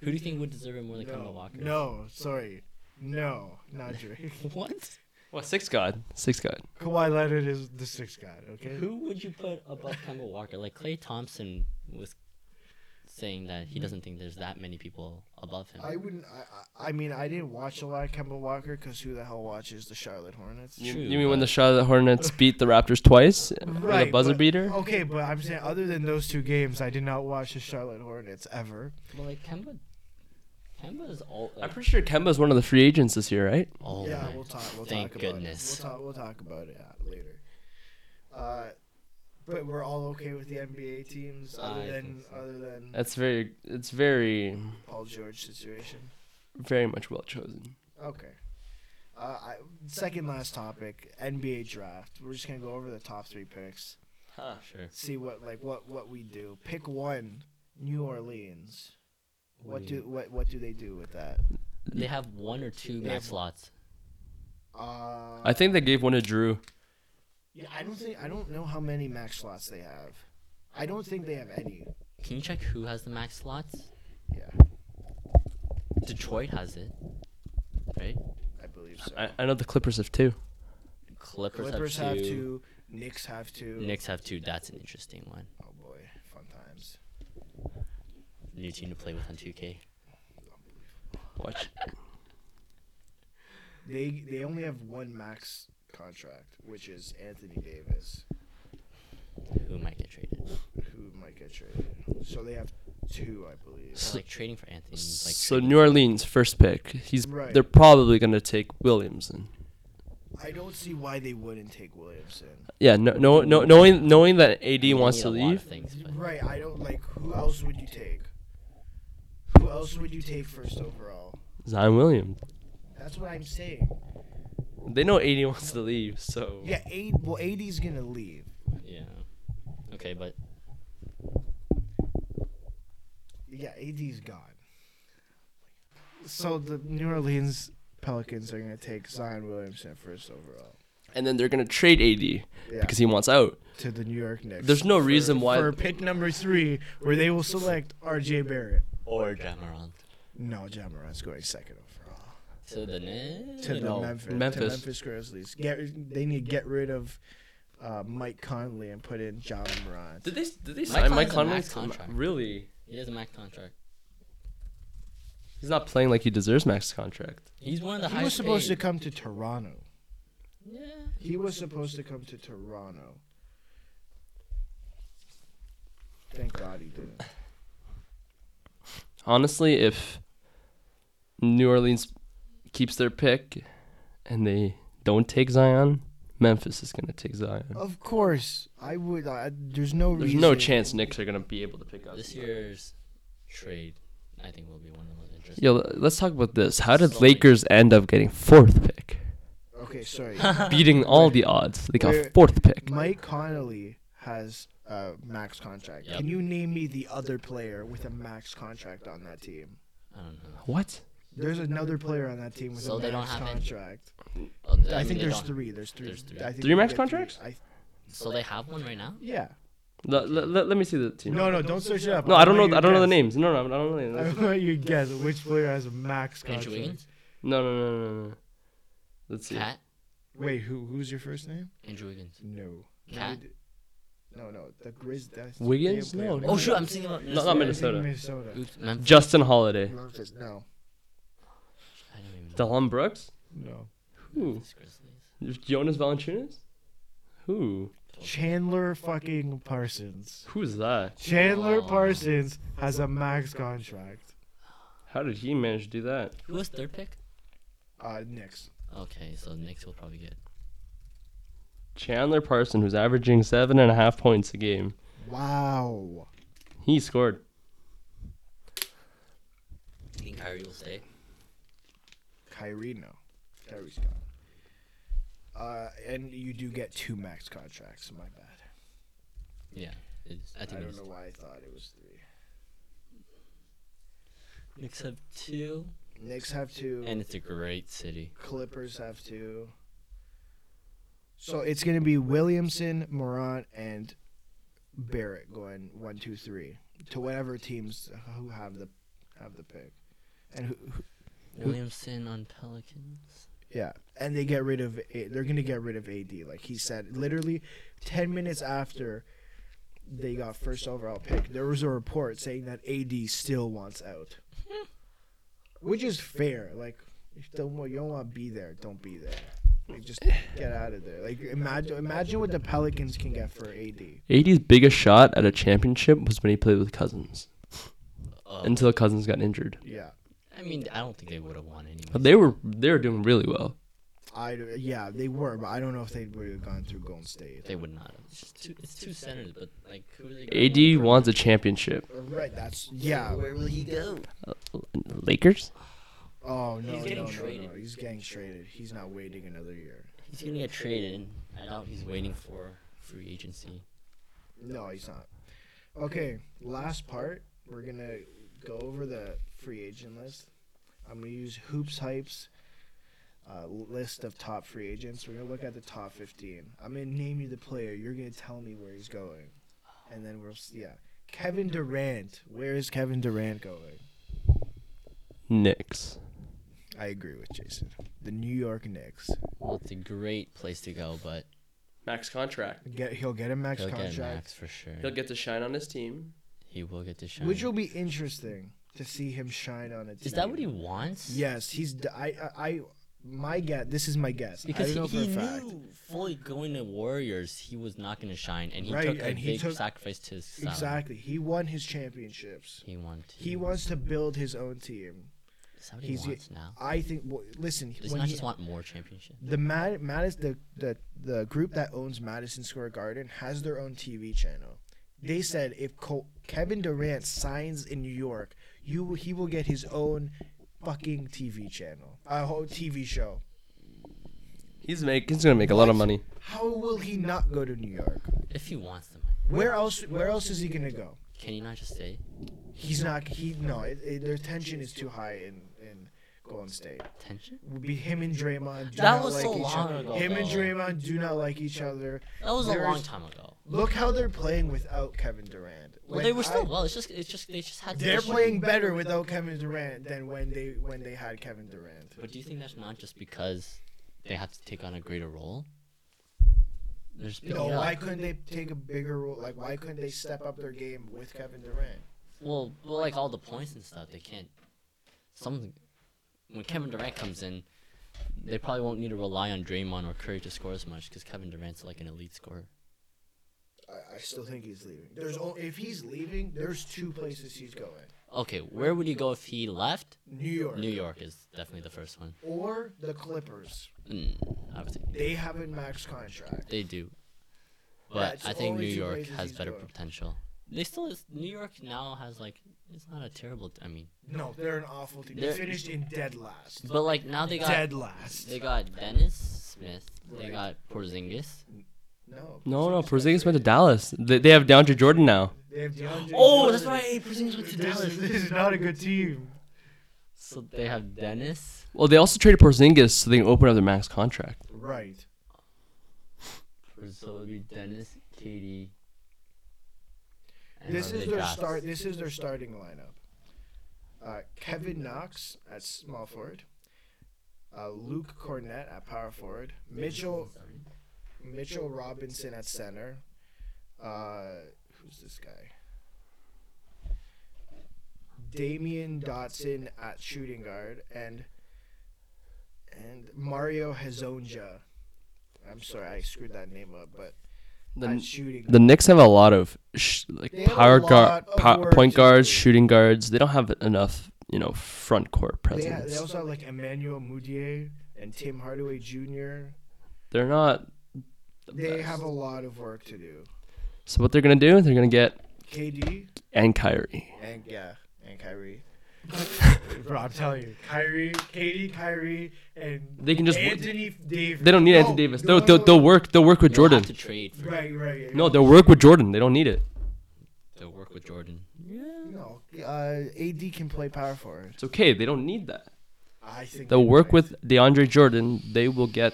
[SPEAKER 3] who do you think would deserve it more than Kemba
[SPEAKER 1] No,
[SPEAKER 3] Walker?
[SPEAKER 1] no, sorry. No, not Drake.
[SPEAKER 3] What?
[SPEAKER 2] What, six God? Six God.
[SPEAKER 1] Kawhi Leonard is the sixth god, okay?
[SPEAKER 3] Who would you put above Kemba Walker? Like Clay Thompson was saying that he doesn't think there's that many people above him.
[SPEAKER 1] I wouldn't. I, I I mean, I didn't watch a lot of Kemba Walker because who the hell watches the Charlotte Hornets?
[SPEAKER 2] You,
[SPEAKER 3] True,
[SPEAKER 2] you mean when the
[SPEAKER 3] but-
[SPEAKER 2] Charlotte Hornets beat the Raptors twice? With a buzzer
[SPEAKER 1] but-
[SPEAKER 2] beater?
[SPEAKER 1] Okay, but I'm saying other than those two games, I did not watch the Charlotte Hornets ever.
[SPEAKER 3] Well, like Kemba Kemba is all.
[SPEAKER 2] I'm
[SPEAKER 3] Like,
[SPEAKER 2] pretty sure Kemba's one of the free agents this year, right?
[SPEAKER 3] all
[SPEAKER 1] yeah,
[SPEAKER 3] over.
[SPEAKER 1] we'll talk. We'll
[SPEAKER 3] Thank
[SPEAKER 1] talk
[SPEAKER 3] goodness.
[SPEAKER 1] About it. We'll talk. We'll talk about it uh, later. Uh, but we're all okay with the NBA teams, other
[SPEAKER 3] I
[SPEAKER 1] than
[SPEAKER 3] think so.
[SPEAKER 1] other than
[SPEAKER 2] That's very. It's very,
[SPEAKER 1] Paul George situation.
[SPEAKER 2] very much well chosen.
[SPEAKER 1] Okay. Uh, I, second last topic, NBA draft. We're just gonna go over the top three picks,
[SPEAKER 2] Huh.
[SPEAKER 3] sure.
[SPEAKER 1] see what like what what we do. Pick one, New Orleans. What do what what do they do with that?
[SPEAKER 3] they have one or two
[SPEAKER 1] They
[SPEAKER 3] max
[SPEAKER 1] have-
[SPEAKER 3] slots?
[SPEAKER 1] Uh,
[SPEAKER 2] I think they gave one to Drew.
[SPEAKER 1] yeah, I don't think I don't know how many max slots they have. I don't think they have any.
[SPEAKER 3] Can you check who has the max slots?
[SPEAKER 1] Yeah,
[SPEAKER 3] Detroit has it, right?
[SPEAKER 1] I believe so.
[SPEAKER 2] I, I know the Clippers have two.
[SPEAKER 3] Clippers,
[SPEAKER 1] Clippers
[SPEAKER 3] have,
[SPEAKER 1] have
[SPEAKER 3] two.
[SPEAKER 1] two. Knicks have two.
[SPEAKER 3] Knicks have two. That's an interesting one.
[SPEAKER 1] Oh boy, fun times.
[SPEAKER 3] New team to play with on 2K.
[SPEAKER 2] Watch.
[SPEAKER 1] They they only have one max contract, which is Anthony Davis.
[SPEAKER 3] Who might get traded?
[SPEAKER 1] who might get traded. So they have two, I believe.
[SPEAKER 3] It's like trading for Anthony. Like
[SPEAKER 2] so
[SPEAKER 3] trading
[SPEAKER 2] New
[SPEAKER 3] for-
[SPEAKER 2] Orleans first pick. He's.
[SPEAKER 1] Right.
[SPEAKER 2] They're probably gonna take Williamson.
[SPEAKER 1] I don't see why they wouldn't take Williamson.
[SPEAKER 2] Yeah. No. No. No. Knowing knowing that AD
[SPEAKER 3] I mean,
[SPEAKER 2] wants
[SPEAKER 3] need
[SPEAKER 2] to
[SPEAKER 3] a lot of
[SPEAKER 2] leave.
[SPEAKER 3] things, but
[SPEAKER 1] Right, I don't like who else would you take? Who else would you take first overall?
[SPEAKER 2] Zion Williams.
[SPEAKER 1] That's what I'm saying.
[SPEAKER 2] They know AD wants to leave. So.
[SPEAKER 1] Yeah, eight. Well, 80's gonna leave.
[SPEAKER 3] yeah. Okay, but
[SPEAKER 1] Yeah, AD's gone. So the New Orleans Pelicans are gonna take Zion Williamson first overall.
[SPEAKER 2] And then they're gonna trade AD
[SPEAKER 1] Yeah,
[SPEAKER 2] because he wants out.
[SPEAKER 1] to the New York Knicks.
[SPEAKER 2] There's no
[SPEAKER 1] for-
[SPEAKER 2] reason why-
[SPEAKER 1] for pick number three, where they will select R.J. Barrett.
[SPEAKER 3] or Jamarant
[SPEAKER 1] No, John Morant's going second overall.
[SPEAKER 3] to the Knicks.
[SPEAKER 1] to the
[SPEAKER 2] No,
[SPEAKER 1] Memphis, To
[SPEAKER 2] Memphis.
[SPEAKER 1] Memphis Grizzlies. Get they need to get rid of uh, Mike Conley and put in John Morant.
[SPEAKER 2] Did they did they
[SPEAKER 3] Mike
[SPEAKER 2] sign Mike
[SPEAKER 3] Conley's on
[SPEAKER 2] Conley?
[SPEAKER 3] max
[SPEAKER 2] to ma-
[SPEAKER 3] contract.
[SPEAKER 2] Really?
[SPEAKER 3] He has a max contract.
[SPEAKER 2] He's not playing like he deserves max contract.
[SPEAKER 3] He's one of the
[SPEAKER 1] He was
[SPEAKER 3] highest.
[SPEAKER 1] supposed to
[SPEAKER 3] paid.
[SPEAKER 1] come to Toronto.
[SPEAKER 3] Yeah.
[SPEAKER 1] He was supposed to come to Toronto. Thank God he didn't.
[SPEAKER 2] Honestly, if New Orleans keeps their pick and they don't take Zion, Memphis is gonna take Zion.
[SPEAKER 1] Of course, I would. I, there's no
[SPEAKER 2] There's
[SPEAKER 1] Oh, reason.
[SPEAKER 2] no chance Knicks are gonna be able to pick up
[SPEAKER 3] This year's trade, I think, will be one of the most interesting.
[SPEAKER 2] Yo, l- let's talk about this. How did
[SPEAKER 3] Sorry.
[SPEAKER 2] Lakers end up getting fourth pick,
[SPEAKER 1] Okay, sorry.
[SPEAKER 2] beating all the odds? They got
[SPEAKER 1] Wait.
[SPEAKER 2] fourth pick.
[SPEAKER 1] Mike Connolly has a max contract.
[SPEAKER 3] Yep.
[SPEAKER 1] Can you name me the other player with a max contract on that team?
[SPEAKER 3] I don't know.
[SPEAKER 2] What?
[SPEAKER 1] There's another player on that team with
[SPEAKER 3] So
[SPEAKER 1] a
[SPEAKER 3] they don't
[SPEAKER 1] max
[SPEAKER 3] have any.
[SPEAKER 1] contract.
[SPEAKER 3] Oh, th-
[SPEAKER 1] I,
[SPEAKER 3] mean,
[SPEAKER 1] think
[SPEAKER 3] they
[SPEAKER 1] there's
[SPEAKER 3] don't-
[SPEAKER 1] three. There's three.
[SPEAKER 3] there's three.
[SPEAKER 1] I think
[SPEAKER 2] Three
[SPEAKER 1] we
[SPEAKER 2] max
[SPEAKER 1] get
[SPEAKER 2] contracts?
[SPEAKER 1] I,
[SPEAKER 3] So they have one right now.
[SPEAKER 1] yeah.
[SPEAKER 2] Let, let, let, me see the team.
[SPEAKER 1] No, no, don't search it up.
[SPEAKER 2] No, I don't
[SPEAKER 1] want
[SPEAKER 2] know.
[SPEAKER 1] you
[SPEAKER 2] I
[SPEAKER 1] to
[SPEAKER 2] don't know the
[SPEAKER 1] guess.
[SPEAKER 2] names. No, no, I don't know the
[SPEAKER 1] I
[SPEAKER 2] names.
[SPEAKER 1] want you to guess which player has a max
[SPEAKER 3] Andrew
[SPEAKER 1] contract.
[SPEAKER 3] Wiggins,
[SPEAKER 2] No, no, no, no, no, no. Let's see.
[SPEAKER 3] Cat,
[SPEAKER 1] Wait, who who's your first name?
[SPEAKER 3] Andrew Wiggins.
[SPEAKER 1] No.
[SPEAKER 3] Cat.
[SPEAKER 1] No, no, the Grizz. that's-
[SPEAKER 2] Wiggins?
[SPEAKER 1] they play
[SPEAKER 2] No,
[SPEAKER 1] in
[SPEAKER 2] no.
[SPEAKER 3] Oh
[SPEAKER 1] Memphis.
[SPEAKER 3] shoot, I'm thinking about
[SPEAKER 2] No, not
[SPEAKER 1] Yeah,
[SPEAKER 2] Minnesota.
[SPEAKER 1] Minnesota.
[SPEAKER 3] Oops, Memphis.
[SPEAKER 2] Justin Holiday.
[SPEAKER 1] Memphis. No,
[SPEAKER 3] I don't even know.
[SPEAKER 2] Delon Brooks?
[SPEAKER 1] no.
[SPEAKER 2] Who?
[SPEAKER 3] Memphis Grizzlies.
[SPEAKER 2] Jonas Valanciunas? Who?
[SPEAKER 1] Chandler fucking Parsons.
[SPEAKER 2] Who's that?
[SPEAKER 1] Chandler
[SPEAKER 3] Aw.
[SPEAKER 1] Parsons has a max contract.
[SPEAKER 2] How did he manage to do that?
[SPEAKER 3] Who was third pick?
[SPEAKER 1] Uh, next.
[SPEAKER 3] Okay, so Knicks will probably get.
[SPEAKER 2] Chandler Parson, who's averaging seven and a half points a game.
[SPEAKER 1] Wow.
[SPEAKER 2] He scored.
[SPEAKER 3] I think Kyrie will stay.
[SPEAKER 1] Kyrie, no. Kyrie's gone. Uh, and you do get two max contracts. My bad.
[SPEAKER 3] Yeah, it's, I
[SPEAKER 1] I,
[SPEAKER 3] think
[SPEAKER 1] don't
[SPEAKER 3] it's-
[SPEAKER 1] know why I thought it was three.
[SPEAKER 3] Knicks have two,
[SPEAKER 1] Knicks have two.
[SPEAKER 3] and it's a great city.
[SPEAKER 1] Clippers have two. So it's gonna be Williamson, Morant, and Barrett going one, two, three to whatever teams who have the have the pick, and who, who
[SPEAKER 3] Williamson on Pelicans.
[SPEAKER 1] yeah, and they get rid of A- they're gonna get rid of AD like he said. Literally, ten minutes after they got first overall pick, there was a report saying that AD still wants out, which is fair. Like, if you don't want- you don't want to be there, don't be there. Like, just get out of there. Like, imagine imagine what the Pelicans can get for AD.
[SPEAKER 2] AD's biggest shot at a championship was when he played with Cousins.
[SPEAKER 3] Oh,
[SPEAKER 2] Until Cousins got injured.
[SPEAKER 1] Yeah,
[SPEAKER 3] I mean, I don't think they would have won anyway.
[SPEAKER 2] But they were they were doing really well.
[SPEAKER 1] I d- yeah, they were, but I don't know if they would have gone through Golden State.
[SPEAKER 3] They would not. have. It's just two. It's two centers, but like who are they? gonna
[SPEAKER 2] AD
[SPEAKER 3] want
[SPEAKER 2] wants a championship.
[SPEAKER 1] Right, that's yeah.
[SPEAKER 3] Where will he go?
[SPEAKER 2] Lakers.
[SPEAKER 1] Oh no,
[SPEAKER 3] He's
[SPEAKER 1] no,
[SPEAKER 3] getting
[SPEAKER 1] no, no,
[SPEAKER 3] traded.
[SPEAKER 1] he's getting traded. He's not waiting another year.
[SPEAKER 3] He's gonna get traded. I doubt he's waiting for free agency.
[SPEAKER 1] No, he's not. Okay, last part. We're gonna go over the free agent list. I'm gonna use Hoops Hype's uh, list of top free agents. We're gonna look at the top 15. I'm gonna name you the player. You're gonna tell me where he's going, and then we'll s- yeah. Kevin Durant. Where is Kevin Durant going?
[SPEAKER 2] Knicks.
[SPEAKER 1] I agree with Jason. The New York Knicks.
[SPEAKER 3] Well, it's a great place to go, but
[SPEAKER 2] Max contract.
[SPEAKER 1] Get he'll get a max
[SPEAKER 3] he'll
[SPEAKER 1] contract,
[SPEAKER 3] get max for sure.
[SPEAKER 2] He'll get to shine on his team.
[SPEAKER 3] He will get to shine.
[SPEAKER 1] which will be interesting to see him shine on a team.
[SPEAKER 3] Is that what he wants?
[SPEAKER 1] Yes, he's. d- I. I. I- my guess. This is my guess.
[SPEAKER 3] Because
[SPEAKER 1] I don't know
[SPEAKER 3] he, he
[SPEAKER 1] for a
[SPEAKER 3] knew
[SPEAKER 1] fact.
[SPEAKER 3] fully going to Warriors, he was not going to shine, and he
[SPEAKER 1] Right,
[SPEAKER 3] took a
[SPEAKER 1] and he
[SPEAKER 3] big
[SPEAKER 1] took-
[SPEAKER 3] sacrifice to his salary.
[SPEAKER 1] Exactly. He won his championships.
[SPEAKER 3] He wanted.
[SPEAKER 1] He wants to build his own team.
[SPEAKER 3] Is that what he
[SPEAKER 1] he's-
[SPEAKER 3] wants now?
[SPEAKER 1] I think. Well, listen.
[SPEAKER 3] Does he
[SPEAKER 1] when
[SPEAKER 3] not
[SPEAKER 1] he-
[SPEAKER 3] just want more championships?
[SPEAKER 1] the Mad Madis the, the the group that owns Madison Square Garden has their own TV channel. They said if Col- Kevin Durant signs in New York, you will- he will get his own fucking TV channel, a whole TV show.
[SPEAKER 2] He's make he's gonna make a lot of money.
[SPEAKER 1] How will he not go to New York?
[SPEAKER 3] If he wants them,
[SPEAKER 1] Where else? Where else is he gonna go?
[SPEAKER 3] can he not just stay?
[SPEAKER 1] He's not. He no. It, it, their tension is too high in in Golden State.
[SPEAKER 3] Tension?
[SPEAKER 1] Would be him and Draymond. Do
[SPEAKER 3] That
[SPEAKER 1] not
[SPEAKER 3] was
[SPEAKER 1] like
[SPEAKER 3] so
[SPEAKER 1] each
[SPEAKER 3] long
[SPEAKER 1] other.
[SPEAKER 3] ago,
[SPEAKER 1] Him and
[SPEAKER 3] though.
[SPEAKER 1] Draymond do not like each other.
[SPEAKER 3] That was a
[SPEAKER 1] There's-
[SPEAKER 3] long time ago.
[SPEAKER 1] Look how they're playing without Kevin Durant.
[SPEAKER 3] Well,
[SPEAKER 1] When
[SPEAKER 3] they were still
[SPEAKER 1] I-
[SPEAKER 3] well. It's just, it's just, they just had.
[SPEAKER 1] they're
[SPEAKER 3] issues.
[SPEAKER 1] playing better without Kevin Durant than when they when they had Kevin Durant.
[SPEAKER 3] But do you think that's not just because they have to take on a greater role? There's
[SPEAKER 1] No, why couldn't they take a bigger role? Like, why couldn't they step up their game with Kevin Durant?
[SPEAKER 3] Well, well, like all the points and stuff, they can't. Some when Kevin Durant comes in, they probably won't need to rely on Draymond or Curry to score as much because Kevin Durant's like an elite scorer.
[SPEAKER 1] I, I still think he's leaving. There's o- if he's leaving, there's two places he's going:
[SPEAKER 3] Okay, where would he go if he left?
[SPEAKER 1] New York
[SPEAKER 3] New York is definitely the first one.
[SPEAKER 1] or the Clippers.
[SPEAKER 3] Mm, I would say
[SPEAKER 1] They have a max contract.
[SPEAKER 3] they do, but
[SPEAKER 1] That's
[SPEAKER 3] I think
[SPEAKER 1] only
[SPEAKER 3] New
[SPEAKER 1] two
[SPEAKER 3] York
[SPEAKER 1] places
[SPEAKER 3] has
[SPEAKER 1] he's
[SPEAKER 3] better
[SPEAKER 1] going.
[SPEAKER 3] potential. They still is, New York now has like it's not a terrible. I mean,
[SPEAKER 1] No, they're an awful team. They
[SPEAKER 3] They're-
[SPEAKER 1] finished in dead last.
[SPEAKER 3] but like now they got
[SPEAKER 1] Dead last.
[SPEAKER 3] they got Dennis Smith, they
[SPEAKER 1] Right.
[SPEAKER 3] got Porzingis.
[SPEAKER 1] No.
[SPEAKER 2] No,
[SPEAKER 1] Porzingis
[SPEAKER 2] no.
[SPEAKER 1] got
[SPEAKER 2] Porzingis went to
[SPEAKER 1] traded.
[SPEAKER 2] Dallas. They, they have DeAndre Jordan now.
[SPEAKER 1] They have DeAndre
[SPEAKER 3] Oh, that's
[SPEAKER 1] Jordan.
[SPEAKER 3] right. Porzingis went to
[SPEAKER 1] This
[SPEAKER 3] Dallas.
[SPEAKER 1] is, this is not a good team.
[SPEAKER 3] So they have Dennis.
[SPEAKER 2] Well, they also traded Porzingis so they can open up their max contract.
[SPEAKER 1] Right.
[SPEAKER 3] So it would be Dennis, Katie.
[SPEAKER 1] This is their start. This is their starting lineup. Uh, Kevin Knox at small forward. Uh, Luke Cornett at power forward. Mitchell Mitchell Robinson at center. Uh, who's this guy? Damian Dotson at shooting guard and and Mario Hezonja. I'm sorry, I screwed that name up, but at
[SPEAKER 2] The,
[SPEAKER 1] shooting.
[SPEAKER 2] the Knicks have a lot of sh- like
[SPEAKER 1] They have a
[SPEAKER 2] power guard,
[SPEAKER 1] lot of
[SPEAKER 2] po-
[SPEAKER 1] work
[SPEAKER 2] point
[SPEAKER 1] to
[SPEAKER 2] guards,
[SPEAKER 1] do.
[SPEAKER 2] shooting guards. They don't have enough, you know, front court
[SPEAKER 1] They, ha- they
[SPEAKER 2] presence.
[SPEAKER 1] also have like Emmanuel Mudiay and Tim Hardaway Jr.
[SPEAKER 2] They're not. The
[SPEAKER 1] They
[SPEAKER 2] best.
[SPEAKER 1] have a lot of work to do.
[SPEAKER 2] So what they're gonna do? They're gonna get
[SPEAKER 1] KD
[SPEAKER 2] and Kyrie.
[SPEAKER 1] and yeah, and Kyrie. Bro, I'm telling you, Kyrie, KD, Kyrie, and
[SPEAKER 2] They can just.
[SPEAKER 1] Anthony Davis.
[SPEAKER 2] They don't need
[SPEAKER 1] No,
[SPEAKER 2] Anthony Davis.
[SPEAKER 1] no,
[SPEAKER 2] They'll,
[SPEAKER 1] no,
[SPEAKER 2] they'll,
[SPEAKER 1] no.
[SPEAKER 2] they'll work. They'll work with Jordan.
[SPEAKER 3] Have to trade for
[SPEAKER 1] Right, right. yeah.
[SPEAKER 2] No, they'll work with Jordan. They don't need it.
[SPEAKER 3] to work with Jordan.
[SPEAKER 1] no. Uh, AD can play power forward.
[SPEAKER 2] It's okay. They don't need that.
[SPEAKER 1] I think
[SPEAKER 2] They'll
[SPEAKER 1] they
[SPEAKER 2] work
[SPEAKER 1] might.
[SPEAKER 2] with DeAndre Jordan. They will get.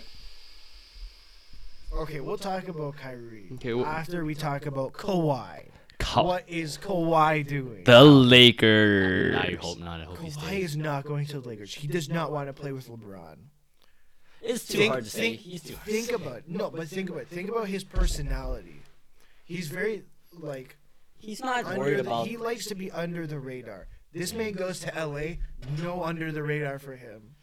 [SPEAKER 1] Okay, we'll talk about Kyrie
[SPEAKER 2] Okay, well-
[SPEAKER 1] after we talk about Kawhi.
[SPEAKER 2] Ka-
[SPEAKER 1] What is Kawhi doing?
[SPEAKER 2] The Lakers.
[SPEAKER 3] I hope not. I hope he
[SPEAKER 1] Kawhi
[SPEAKER 3] stays.
[SPEAKER 1] is not going to the Lakers. He does not want to play with LeBron.
[SPEAKER 3] It's too
[SPEAKER 1] think-
[SPEAKER 3] hard to say.
[SPEAKER 1] think-
[SPEAKER 3] He's too hard. to
[SPEAKER 1] Think
[SPEAKER 3] say.
[SPEAKER 1] about no, but think about think about his personality. He's very like
[SPEAKER 3] He's not
[SPEAKER 1] under
[SPEAKER 3] worried
[SPEAKER 1] the,
[SPEAKER 3] about.
[SPEAKER 1] he likes to be under the radar. This man goes to LA, no under the radar for him.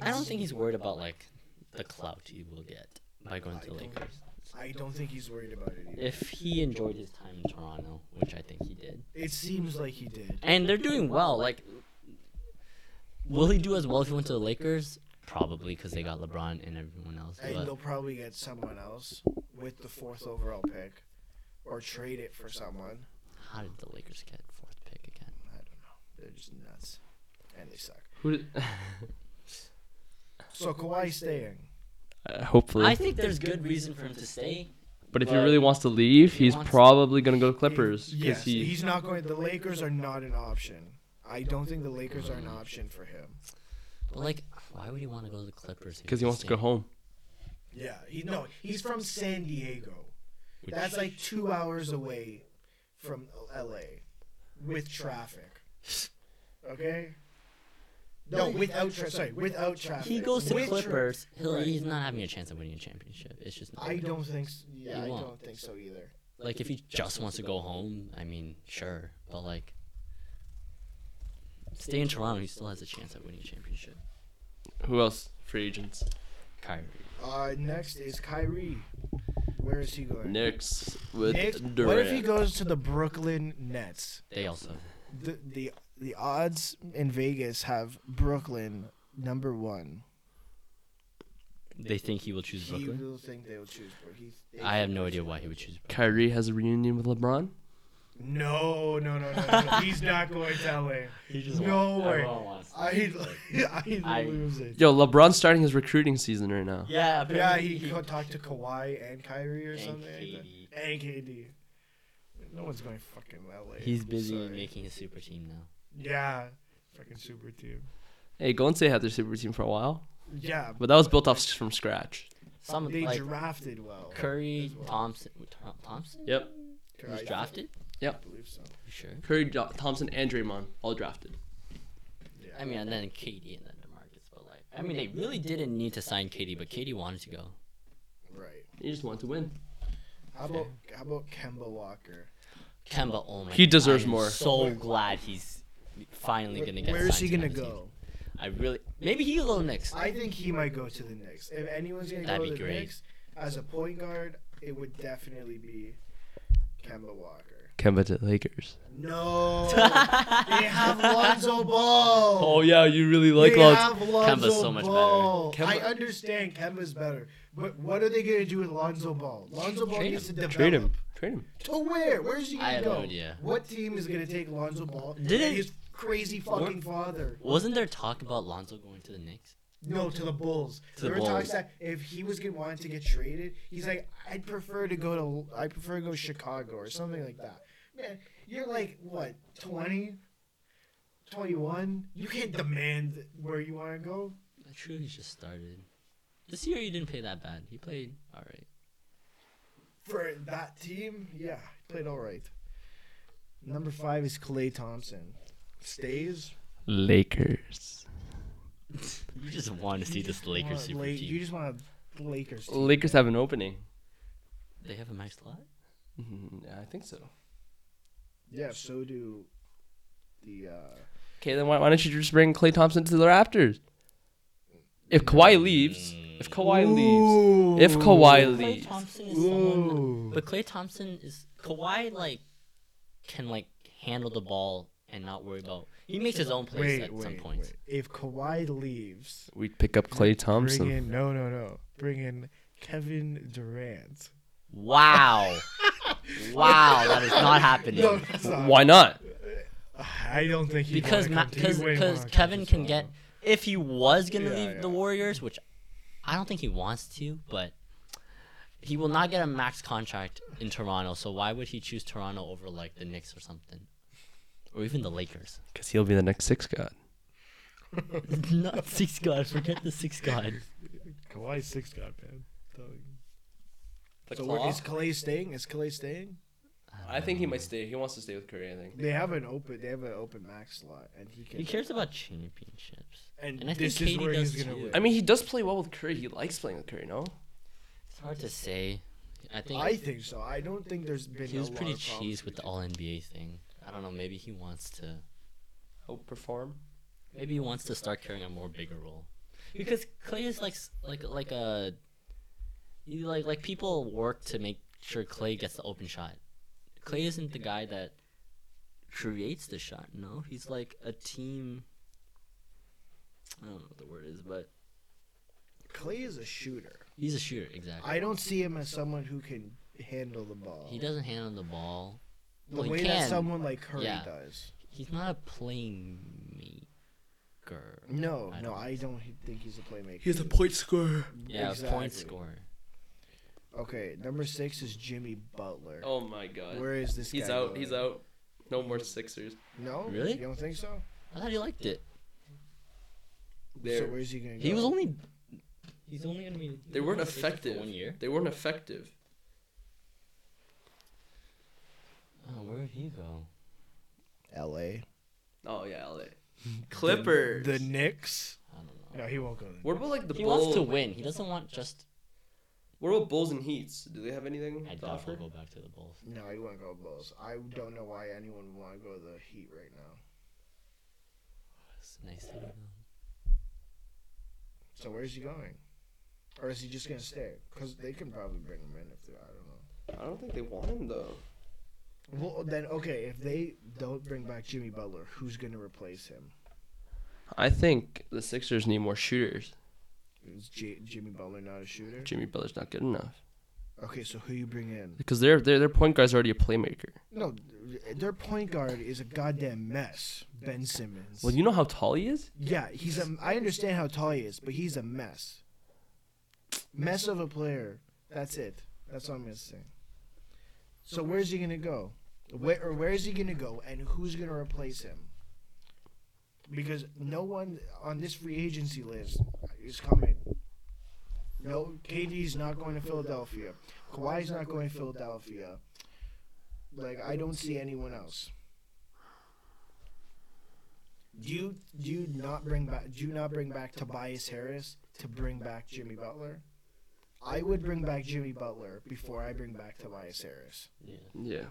[SPEAKER 3] I don't think he's worried about like the clout he will get by going to the Lakers.
[SPEAKER 1] I don't think he's worried about it. Either.
[SPEAKER 3] If he enjoyed his time in Toronto, which I think he did,
[SPEAKER 1] It seems like he did.
[SPEAKER 3] and they're doing well. Like Will he do as well if he went to the Lakers? Probably because they got LeBron and everyone else.
[SPEAKER 1] And
[SPEAKER 3] But
[SPEAKER 1] they'll probably get someone else with the fourth overall pick, or trade it for someone.
[SPEAKER 3] how did the Lakers get fourth pick again?
[SPEAKER 1] I don't know. They're just nuts, and they suck.
[SPEAKER 2] Who did,
[SPEAKER 1] So Kawhi staying.
[SPEAKER 2] uh, hopefully.
[SPEAKER 3] I think there's good reason for him to stay.
[SPEAKER 2] but if he
[SPEAKER 3] but
[SPEAKER 2] really wants to leave,
[SPEAKER 3] he
[SPEAKER 2] he's
[SPEAKER 3] wants to-
[SPEAKER 2] probably going to go to Clippers.
[SPEAKER 1] Yes,
[SPEAKER 2] Because he,
[SPEAKER 1] he's not going. The Lakers are not an option. I don't think the Lakers are an option for him.
[SPEAKER 3] But like, why would he want to go to the Clippers? if
[SPEAKER 2] cause he wants to go
[SPEAKER 3] staying?
[SPEAKER 2] home.
[SPEAKER 1] Yeah, he no, he's from San Diego. That's like two hours away from L.A. with traffic. Okay. No, without tra- sorry, without traffic.
[SPEAKER 3] He goes to
[SPEAKER 1] With tra-
[SPEAKER 3] Clippers. He'll,
[SPEAKER 1] Right.
[SPEAKER 3] He's not having a chance of winning a championship. It's just not.
[SPEAKER 1] I don't think. s- Yeah,
[SPEAKER 3] He
[SPEAKER 1] I
[SPEAKER 3] won't.
[SPEAKER 1] don't think so either.
[SPEAKER 3] like if he just wants to go home. I mean, sure, but like, stay in Toronto. He still has a chance at winning a championship.
[SPEAKER 2] Who else? Free agents.
[SPEAKER 3] Kyrie.
[SPEAKER 1] Uh, next is Kyrie. Where is he going?
[SPEAKER 2] Knicks with
[SPEAKER 1] Knicks?
[SPEAKER 2] Durant.
[SPEAKER 1] What if he goes to the Brooklyn Nets?
[SPEAKER 3] They also.
[SPEAKER 1] the the the odds in Vegas have Brooklyn number one.
[SPEAKER 3] They think he will choose
[SPEAKER 1] He
[SPEAKER 3] Brooklyn.
[SPEAKER 1] will think they'll choose. Bro- He, they-
[SPEAKER 3] I have no idea why he would choose. Brooklyn.
[SPEAKER 2] Kyrie has a reunion with LeBron.
[SPEAKER 1] No, no, no, no, no. He's not going that way. No way. I I,
[SPEAKER 3] I-
[SPEAKER 1] lose it.
[SPEAKER 2] Yo, LeBron's starting his recruiting season right now.
[SPEAKER 3] Yeah,
[SPEAKER 1] Yeah, he, co- talked to Kawhi and Kyrie or something. like
[SPEAKER 3] KD.
[SPEAKER 1] that. And KD. No one's going fucking LA.
[SPEAKER 3] He's
[SPEAKER 1] I'm
[SPEAKER 3] busy
[SPEAKER 1] sorry.
[SPEAKER 3] making his super team now.
[SPEAKER 1] Yeah, fucking super team.
[SPEAKER 2] Hey, Golden State had their super team for a while,
[SPEAKER 1] Yeah,
[SPEAKER 2] but that was built off s- from scratch.
[SPEAKER 3] Some
[SPEAKER 1] they
[SPEAKER 3] like
[SPEAKER 1] drafted well.
[SPEAKER 3] Curry,
[SPEAKER 1] as well.
[SPEAKER 3] Thompson, Thom- Thompson.
[SPEAKER 2] Yep.
[SPEAKER 1] Curry,
[SPEAKER 3] Was drafted.
[SPEAKER 1] I believe so.
[SPEAKER 3] You sure.
[SPEAKER 2] Curry, Jo- Thompson, and Draymond all drafted.
[SPEAKER 1] Yeah.
[SPEAKER 3] I mean, and then KD and then Demarcus, but like, I mean, they really didn't need to sign KD, but KD wanted to go.
[SPEAKER 1] right.
[SPEAKER 2] He just wanted to win.
[SPEAKER 1] How about how about Kemba Walker?
[SPEAKER 3] Kemba, oh my
[SPEAKER 2] He
[SPEAKER 3] God,
[SPEAKER 2] deserves
[SPEAKER 3] I am
[SPEAKER 2] more.
[SPEAKER 3] So glad he's finally gonna get.
[SPEAKER 1] Where is he
[SPEAKER 3] signed
[SPEAKER 1] gonna
[SPEAKER 3] another team.
[SPEAKER 1] go?
[SPEAKER 3] I really, maybe he'll go next.
[SPEAKER 1] I think he might go to the Knicks. If anyone's gonna
[SPEAKER 3] That'd
[SPEAKER 1] go to
[SPEAKER 3] be
[SPEAKER 1] the
[SPEAKER 3] great.
[SPEAKER 1] Knicks as a point guard, it would definitely be Kemba Walker.
[SPEAKER 2] Kemba to Lakers.
[SPEAKER 1] No, they have Lonzo Ball.
[SPEAKER 2] Oh yeah, you really like
[SPEAKER 1] they
[SPEAKER 2] Lonzo.
[SPEAKER 1] have Lonzo
[SPEAKER 3] Kemba's so much better.
[SPEAKER 1] Ball. I
[SPEAKER 2] Kemba-
[SPEAKER 1] understand Kemba's better, but what are they gonna do with Lonzo Ball? Lonzo Ball
[SPEAKER 3] Trade
[SPEAKER 1] needs to develop.
[SPEAKER 2] Trade him. Trade him.
[SPEAKER 1] To where? Where is he gonna
[SPEAKER 3] I have
[SPEAKER 1] go?
[SPEAKER 3] no idea.
[SPEAKER 1] What team is gonna take Lonzo Ball?
[SPEAKER 3] Did
[SPEAKER 1] and
[SPEAKER 3] it-
[SPEAKER 1] his crazy fucking father?
[SPEAKER 3] Wasn't there talk about Lonzo going to the Knicks?
[SPEAKER 1] No, to the Bulls.
[SPEAKER 3] To
[SPEAKER 1] there
[SPEAKER 3] the
[SPEAKER 1] were talks
[SPEAKER 3] Bulls.
[SPEAKER 1] that if he was gonna want to get traded, he's like, I'd prefer to go to, I prefer to go Chicago or something like that. Man, you're like what, 20, 21? You can't demand where you want to go.
[SPEAKER 3] True, he just started. This year he didn't play that bad. He played all right.
[SPEAKER 1] For that team, yeah, he played all right. Number five is Clay Thompson. Stays.
[SPEAKER 2] Lakers.
[SPEAKER 3] You just want to see this
[SPEAKER 1] Want
[SPEAKER 3] Lakers super
[SPEAKER 1] La- You
[SPEAKER 3] team.
[SPEAKER 1] just want a Lakers. Team.
[SPEAKER 2] Lakers have an opening.
[SPEAKER 3] They have a max slot.
[SPEAKER 2] Mhm, Yeah, I think so.
[SPEAKER 1] Yeah. So do the. uh
[SPEAKER 2] Okay, then why, why don't you just bring Clay Thompson to the Raptors? If Kawhi leaves, if Kawhi leaves, if Kawhi
[SPEAKER 3] Clay
[SPEAKER 2] leaves,
[SPEAKER 3] Thompson is someone
[SPEAKER 1] Ooh.
[SPEAKER 3] But Clay Thompson is Kawhi like can like handle the ball and not worry about he makes his own plays at some point.
[SPEAKER 1] If Kawhi leaves,
[SPEAKER 2] we pick up Clay
[SPEAKER 1] bring
[SPEAKER 2] Thompson.
[SPEAKER 1] in no, no, no. Bring in Kevin Durant.
[SPEAKER 3] Wow. wow, that is Oh, not happening.
[SPEAKER 1] that's
[SPEAKER 2] Why not?
[SPEAKER 1] I don't think he
[SPEAKER 3] because
[SPEAKER 1] not
[SPEAKER 3] because because Kevin can get if he was gonna
[SPEAKER 1] Yeah,
[SPEAKER 3] leave
[SPEAKER 1] yeah.
[SPEAKER 3] the Warriors, which I don't think he wants to, but he will not get a max contract in Toronto. So why would he choose Toronto over like the Knicks or something, or even the Lakers?
[SPEAKER 2] Because he'll be the next six god.
[SPEAKER 3] not six god. Forget the six god.
[SPEAKER 1] Kawhi six god man.
[SPEAKER 2] The
[SPEAKER 1] So where, is Clay staying? Is Clay staying?
[SPEAKER 2] I think he might stay. He wants to stay with Curry. I think.
[SPEAKER 1] They have an open. They have an open max slot, and he can.
[SPEAKER 3] He cares about championships.
[SPEAKER 1] And,
[SPEAKER 3] and I
[SPEAKER 1] this
[SPEAKER 3] think
[SPEAKER 1] is
[SPEAKER 3] KD
[SPEAKER 1] where
[SPEAKER 3] does
[SPEAKER 1] he's gonna
[SPEAKER 3] too.
[SPEAKER 1] win.
[SPEAKER 2] I mean, he does play well with Curry. He likes playing with Curry. No.
[SPEAKER 3] It's hard to say. I think
[SPEAKER 1] I think so. I don't think there's been.
[SPEAKER 3] he was
[SPEAKER 1] a lot
[SPEAKER 3] pretty
[SPEAKER 1] of problems
[SPEAKER 3] cheesed with the All NBA thing. I don't know. Maybe he wants to.
[SPEAKER 2] Outperform.
[SPEAKER 3] Maybe he wants to start carrying a more bigger role. Because Clay is like s- like like a. You like like people work to make sure Clay gets the open shot. Clay isn't the guy that creates the shot. No, he's like a team I don't know what the word is, but
[SPEAKER 1] Clay is a shooter.
[SPEAKER 3] he's a shooter. Exactly.
[SPEAKER 1] I don't see him as someone who can handle the ball.
[SPEAKER 3] He doesn't handle the ball.
[SPEAKER 1] the
[SPEAKER 3] well, he
[SPEAKER 1] way that
[SPEAKER 3] can.
[SPEAKER 1] someone like Curry
[SPEAKER 3] Yeah.
[SPEAKER 1] does.
[SPEAKER 3] He's not a playmaker.
[SPEAKER 1] No,
[SPEAKER 3] I
[SPEAKER 1] no,
[SPEAKER 3] don't-
[SPEAKER 1] I don't he- think he's a playmaker.
[SPEAKER 4] He's a point scorer.
[SPEAKER 3] Yeah, a point
[SPEAKER 1] Exactly.
[SPEAKER 3] scorer.
[SPEAKER 1] Okay, number six is Jimmy Butler.
[SPEAKER 2] Oh my god.
[SPEAKER 1] Where is this
[SPEAKER 2] he's
[SPEAKER 1] guy?
[SPEAKER 2] out.
[SPEAKER 1] going?
[SPEAKER 2] He's out. No more Sixers.
[SPEAKER 1] No,
[SPEAKER 3] Really?
[SPEAKER 1] You don't think so?
[SPEAKER 3] I thought he liked it.
[SPEAKER 1] So
[SPEAKER 2] They're,
[SPEAKER 1] where's he gonna go?
[SPEAKER 3] He was only. He's only gonna be.
[SPEAKER 2] they weren't effective.
[SPEAKER 3] One year.
[SPEAKER 2] They weren't effective.
[SPEAKER 3] Oh, where did he go?
[SPEAKER 1] L.A.
[SPEAKER 2] Oh yeah, LA. Clippers.
[SPEAKER 1] The Knicks.
[SPEAKER 3] I don't know.
[SPEAKER 1] No, he won't go. To the
[SPEAKER 2] what about like the
[SPEAKER 3] he
[SPEAKER 2] Bulls?
[SPEAKER 3] wants to win. He doesn't want just.
[SPEAKER 2] What about Bulls and Heats? Do they have anything
[SPEAKER 3] I
[SPEAKER 2] to
[SPEAKER 3] doubt he'll
[SPEAKER 2] offer?
[SPEAKER 3] go back to the Bulls.
[SPEAKER 1] No, he wouldn't go Bulls. I don't know why anyone would want to go to the Heat right now.
[SPEAKER 3] It's nice to know.
[SPEAKER 1] So where's he going? Or is he just gonna stay? Because they can probably bring him in if they. I don't
[SPEAKER 2] I don't think they want him though.
[SPEAKER 1] know. Well, then okay, if they don't bring back Jimmy Butler, who's gonna replace him?
[SPEAKER 2] I think the Sixers need more shooters.
[SPEAKER 1] Is J- Jimmy Butler not a shooter?
[SPEAKER 2] Jimmy Butler's not good enough
[SPEAKER 1] Okay, so who you bring in?
[SPEAKER 2] because their their their point guard's already a playmaker.
[SPEAKER 1] No, their point guard is a goddamn mess. Ben Simmons.
[SPEAKER 2] Well, you know how tall he is.
[SPEAKER 1] yeah, he's a. I understand how tall he is, but he's a mess. Mess of a player. That's it. That's all I'm gonna say. So where's he gonna go? Where or where is he gonna go? And who's gonna replace him? Because no one on this free agency list is coming. No, KD's not going to Philadelphia. Kawhi's not going to Philadelphia. Like I don't see anyone else. Do you do you not bring back do you not bring back Tobias Harris to bring back Jimmy Butler? I would bring back Jimmy Butler before I bring back Tobias Harris.
[SPEAKER 3] Yeah.
[SPEAKER 2] Yeah.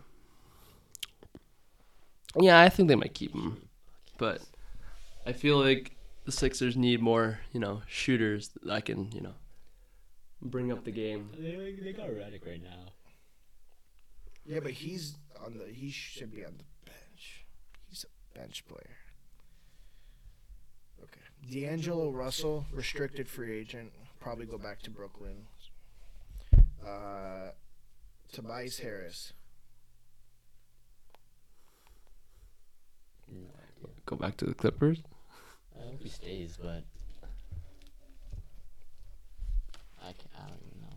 [SPEAKER 2] Yeah, I think they might keep him, but I feel like the Sixers need more, you know, shooters that can, you know, bring up the game.
[SPEAKER 3] They, they got Redick right now.
[SPEAKER 1] Yeah, but he's on the he should be on the bench. He's a bench player. Okay. D'Angelo Russell, restricted free agent, probably go back to Brooklyn. Uh, Tobias Harris.
[SPEAKER 3] No idea.
[SPEAKER 2] Go back to the Clippers.
[SPEAKER 3] I hope he stays, but I can I don't even know.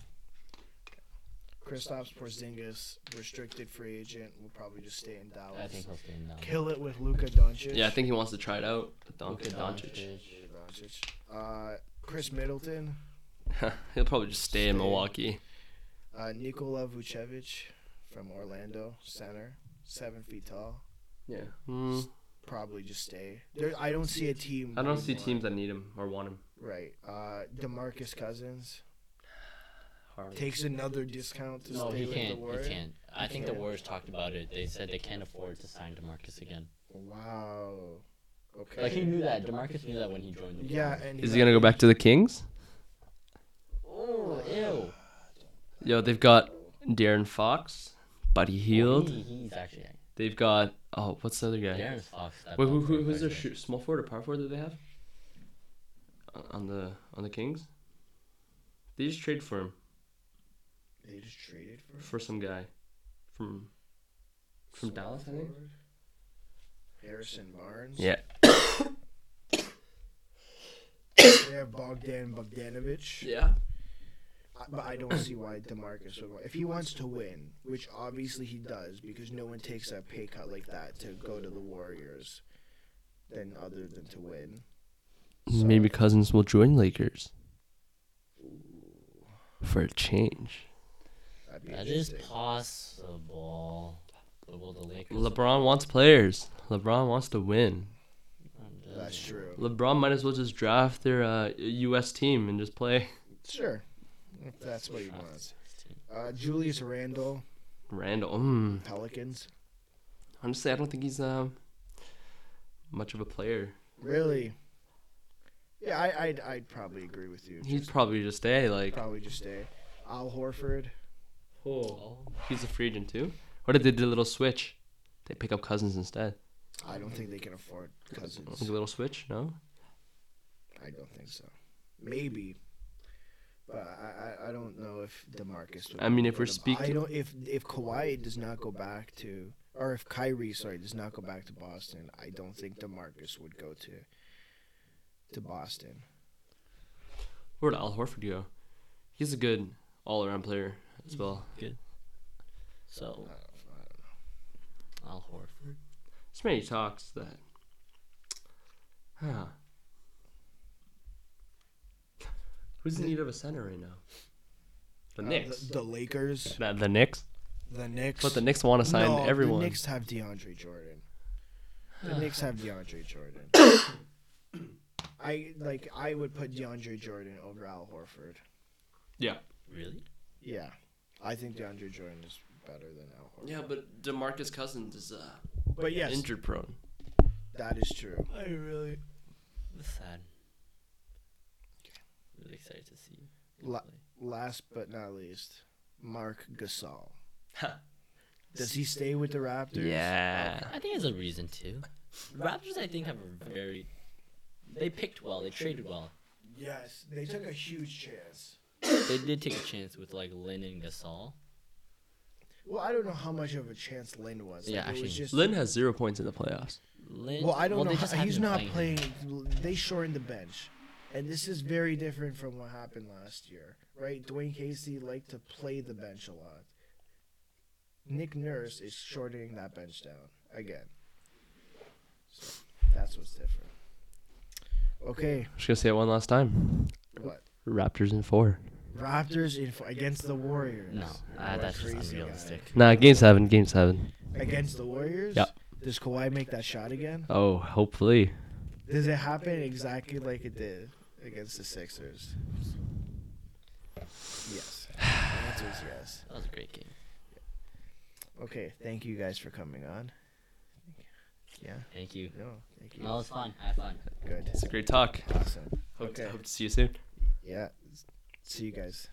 [SPEAKER 1] Kristaps Porzingis, restricted free agent, will probably just stay in Dallas.
[SPEAKER 3] I think he'll stay in Dallas.
[SPEAKER 1] Kill it with Luka Doncic.
[SPEAKER 2] Yeah, I think he wants to try it out. Luka
[SPEAKER 3] Luka
[SPEAKER 2] Doncic.
[SPEAKER 3] Doncic.
[SPEAKER 1] Doncic. Uh, Chris Middleton,
[SPEAKER 2] He'll probably just stay in
[SPEAKER 1] Stay.
[SPEAKER 2] Milwaukee.
[SPEAKER 1] uh, Nikola Vucevic from Orlando, center, seven feet tall.
[SPEAKER 2] Yeah. Mm,
[SPEAKER 1] Probably just stay. There, I don't see a team.
[SPEAKER 2] I don't see
[SPEAKER 1] anymore.
[SPEAKER 2] teams that need him or want him.
[SPEAKER 1] Right. Uh, Demarcus Cousins takes another discount to
[SPEAKER 3] No,
[SPEAKER 1] stay
[SPEAKER 3] he
[SPEAKER 1] with
[SPEAKER 3] can't.
[SPEAKER 1] the Warriors.
[SPEAKER 3] He can't. I think the
[SPEAKER 1] can't.
[SPEAKER 3] Warriors talked about it. They said they can't afford to sign Demarcus again.
[SPEAKER 1] Wow. Okay.
[SPEAKER 3] Like he knew that. Demarcus knew that when he joined the
[SPEAKER 1] yeah,
[SPEAKER 3] Warriors.
[SPEAKER 1] and
[SPEAKER 2] Is
[SPEAKER 1] he's
[SPEAKER 2] he gonna
[SPEAKER 1] like-
[SPEAKER 2] go back to the Kings?
[SPEAKER 3] Oh, ew.
[SPEAKER 2] Yo, they've got Darren Fox, Buddy Heald.
[SPEAKER 3] He, he's actually.
[SPEAKER 2] They've got oh, what's the other guy?
[SPEAKER 3] Darren Fox. stepped
[SPEAKER 2] Wait, who,
[SPEAKER 3] up
[SPEAKER 2] who
[SPEAKER 3] pretty
[SPEAKER 2] who's their
[SPEAKER 3] quickly.
[SPEAKER 2] shoot, small forward or power forward that they have? On- On the on the Kings. They just traded for him
[SPEAKER 1] They just traded for.
[SPEAKER 2] for some guy, from from Dallas, I think.
[SPEAKER 1] Forward. Harrison Barnes.
[SPEAKER 2] Yeah.
[SPEAKER 1] They have Bogdan Bogdanovich.
[SPEAKER 2] Yeah.
[SPEAKER 1] I- But I don't see why DeMarcus would want. If he wants to win, which obviously he does, because no one takes a pay cut like that to go to the Warriors, then other than to win. So-
[SPEAKER 2] Maybe Cousins will join Lakers. For a change.
[SPEAKER 1] That'd be
[SPEAKER 3] That is
[SPEAKER 1] interesting.
[SPEAKER 3] possible. But will the Lakers?
[SPEAKER 2] LeBron wants players. LeBron wants to win.
[SPEAKER 3] LeBron doesn't.
[SPEAKER 1] That's true.
[SPEAKER 2] LeBron might as well just draft their uh, U.S. team and just play
[SPEAKER 1] Sure. If that's what he wants. Uh, Julius Randle,
[SPEAKER 2] Randall. Mm.
[SPEAKER 1] Pelicans.
[SPEAKER 2] Honestly, I don't think he's um much of a player.
[SPEAKER 1] Really? Yeah, I, I'd, I'd probably agree with you.
[SPEAKER 2] He'd probably just stay. Like,
[SPEAKER 1] Probably just stay. Al Horford.
[SPEAKER 3] Oh,
[SPEAKER 2] he's a free agent too. What if they did a little switch? They pick up Cousins instead.
[SPEAKER 1] I don't think they can afford Cousins.
[SPEAKER 2] Like a little switch? No.
[SPEAKER 1] I don't think so. Maybe. But I, I, I don't know if Demarcus. would
[SPEAKER 2] I mean, if
[SPEAKER 1] go
[SPEAKER 2] we're
[SPEAKER 1] to- I
[SPEAKER 2] speaking-
[SPEAKER 1] don't if if Kawhi does not go back to, or if Kyrie sorry does not go back to Boston, I don't think Demarcus would go to. To Boston.
[SPEAKER 2] Where'd Al Horford go? He's a good all around player as well.
[SPEAKER 3] So
[SPEAKER 1] I don't- I don't know.
[SPEAKER 3] Al Horford.
[SPEAKER 2] There's many talks that. Huh. Who's in need of a center right now? The
[SPEAKER 1] Uh,
[SPEAKER 2] Knicks.
[SPEAKER 1] the, the Lakers.
[SPEAKER 2] the, the Knicks?
[SPEAKER 1] The Knicks.
[SPEAKER 2] But the Knicks want to sign
[SPEAKER 1] no,
[SPEAKER 2] everyone.
[SPEAKER 1] The Knicks have DeAndre Jordan. The Knicks have DeAndre Jordan. I like. I would put DeAndre Jordan over Al Horford.
[SPEAKER 2] Yeah.
[SPEAKER 3] Really?
[SPEAKER 1] Yeah, I think DeAndre Jordan is better than Al Horford.
[SPEAKER 2] Yeah, but Demarcus Cousins is uh,
[SPEAKER 1] But yes,
[SPEAKER 2] injured prone.
[SPEAKER 1] that is true.
[SPEAKER 4] I really.
[SPEAKER 3] That's sad. Really excited to see. him
[SPEAKER 1] La-
[SPEAKER 3] play.
[SPEAKER 1] Last but not least, Mark Gasol.
[SPEAKER 2] Huh.
[SPEAKER 1] Does he stay with the Raptors?
[SPEAKER 2] Yeah.
[SPEAKER 3] I think there's a reason to. Raptors, I think, have a very. They picked well. They traded well.
[SPEAKER 1] Yes, they took a huge chance.
[SPEAKER 3] They did take a chance with like Lynn and Gasol.
[SPEAKER 1] Well, I don't know how much of a chance Lynn was.
[SPEAKER 3] Yeah,
[SPEAKER 1] Like, it
[SPEAKER 3] actually,
[SPEAKER 1] was just
[SPEAKER 2] Lynn has zero points in the playoffs.
[SPEAKER 3] Lynn.
[SPEAKER 1] Well, I don't
[SPEAKER 3] they
[SPEAKER 1] know.
[SPEAKER 3] just
[SPEAKER 1] How,
[SPEAKER 3] haven't
[SPEAKER 1] he's
[SPEAKER 3] been
[SPEAKER 1] not
[SPEAKER 3] him.
[SPEAKER 1] playing. They shortened the bench, and this is very different from what happened last year, right? Dwayne Casey liked to play the bench a lot. Nick Nurse is shortening that bench down again. So that's what's different. Okay,
[SPEAKER 2] I'm just going to say it one last time
[SPEAKER 1] what
[SPEAKER 2] Raptors in four.
[SPEAKER 1] Raptors in, against the Warriors?
[SPEAKER 3] No, uh,
[SPEAKER 1] What a
[SPEAKER 3] that's just
[SPEAKER 1] crazy guy.
[SPEAKER 3] unrealistic.
[SPEAKER 2] Nah, game seven. Game seven.
[SPEAKER 1] Against the Warriors?
[SPEAKER 2] Yep.
[SPEAKER 1] Does Kawhi make that shot again?
[SPEAKER 2] Oh, hopefully.
[SPEAKER 1] Does it happen exactly like it did against the Sixers? Yes. The answer is yes.
[SPEAKER 3] That was a great game.
[SPEAKER 1] Okay, thank you guys for coming on. Yeah.
[SPEAKER 3] Thank you.
[SPEAKER 1] No, thank you.
[SPEAKER 3] No, it was fun. I had fun.
[SPEAKER 1] Good.
[SPEAKER 2] It's a great talk.
[SPEAKER 1] Awesome.
[SPEAKER 2] Hope,
[SPEAKER 1] Okay.
[SPEAKER 2] hope to see you soon.
[SPEAKER 1] Yeah. See you guys.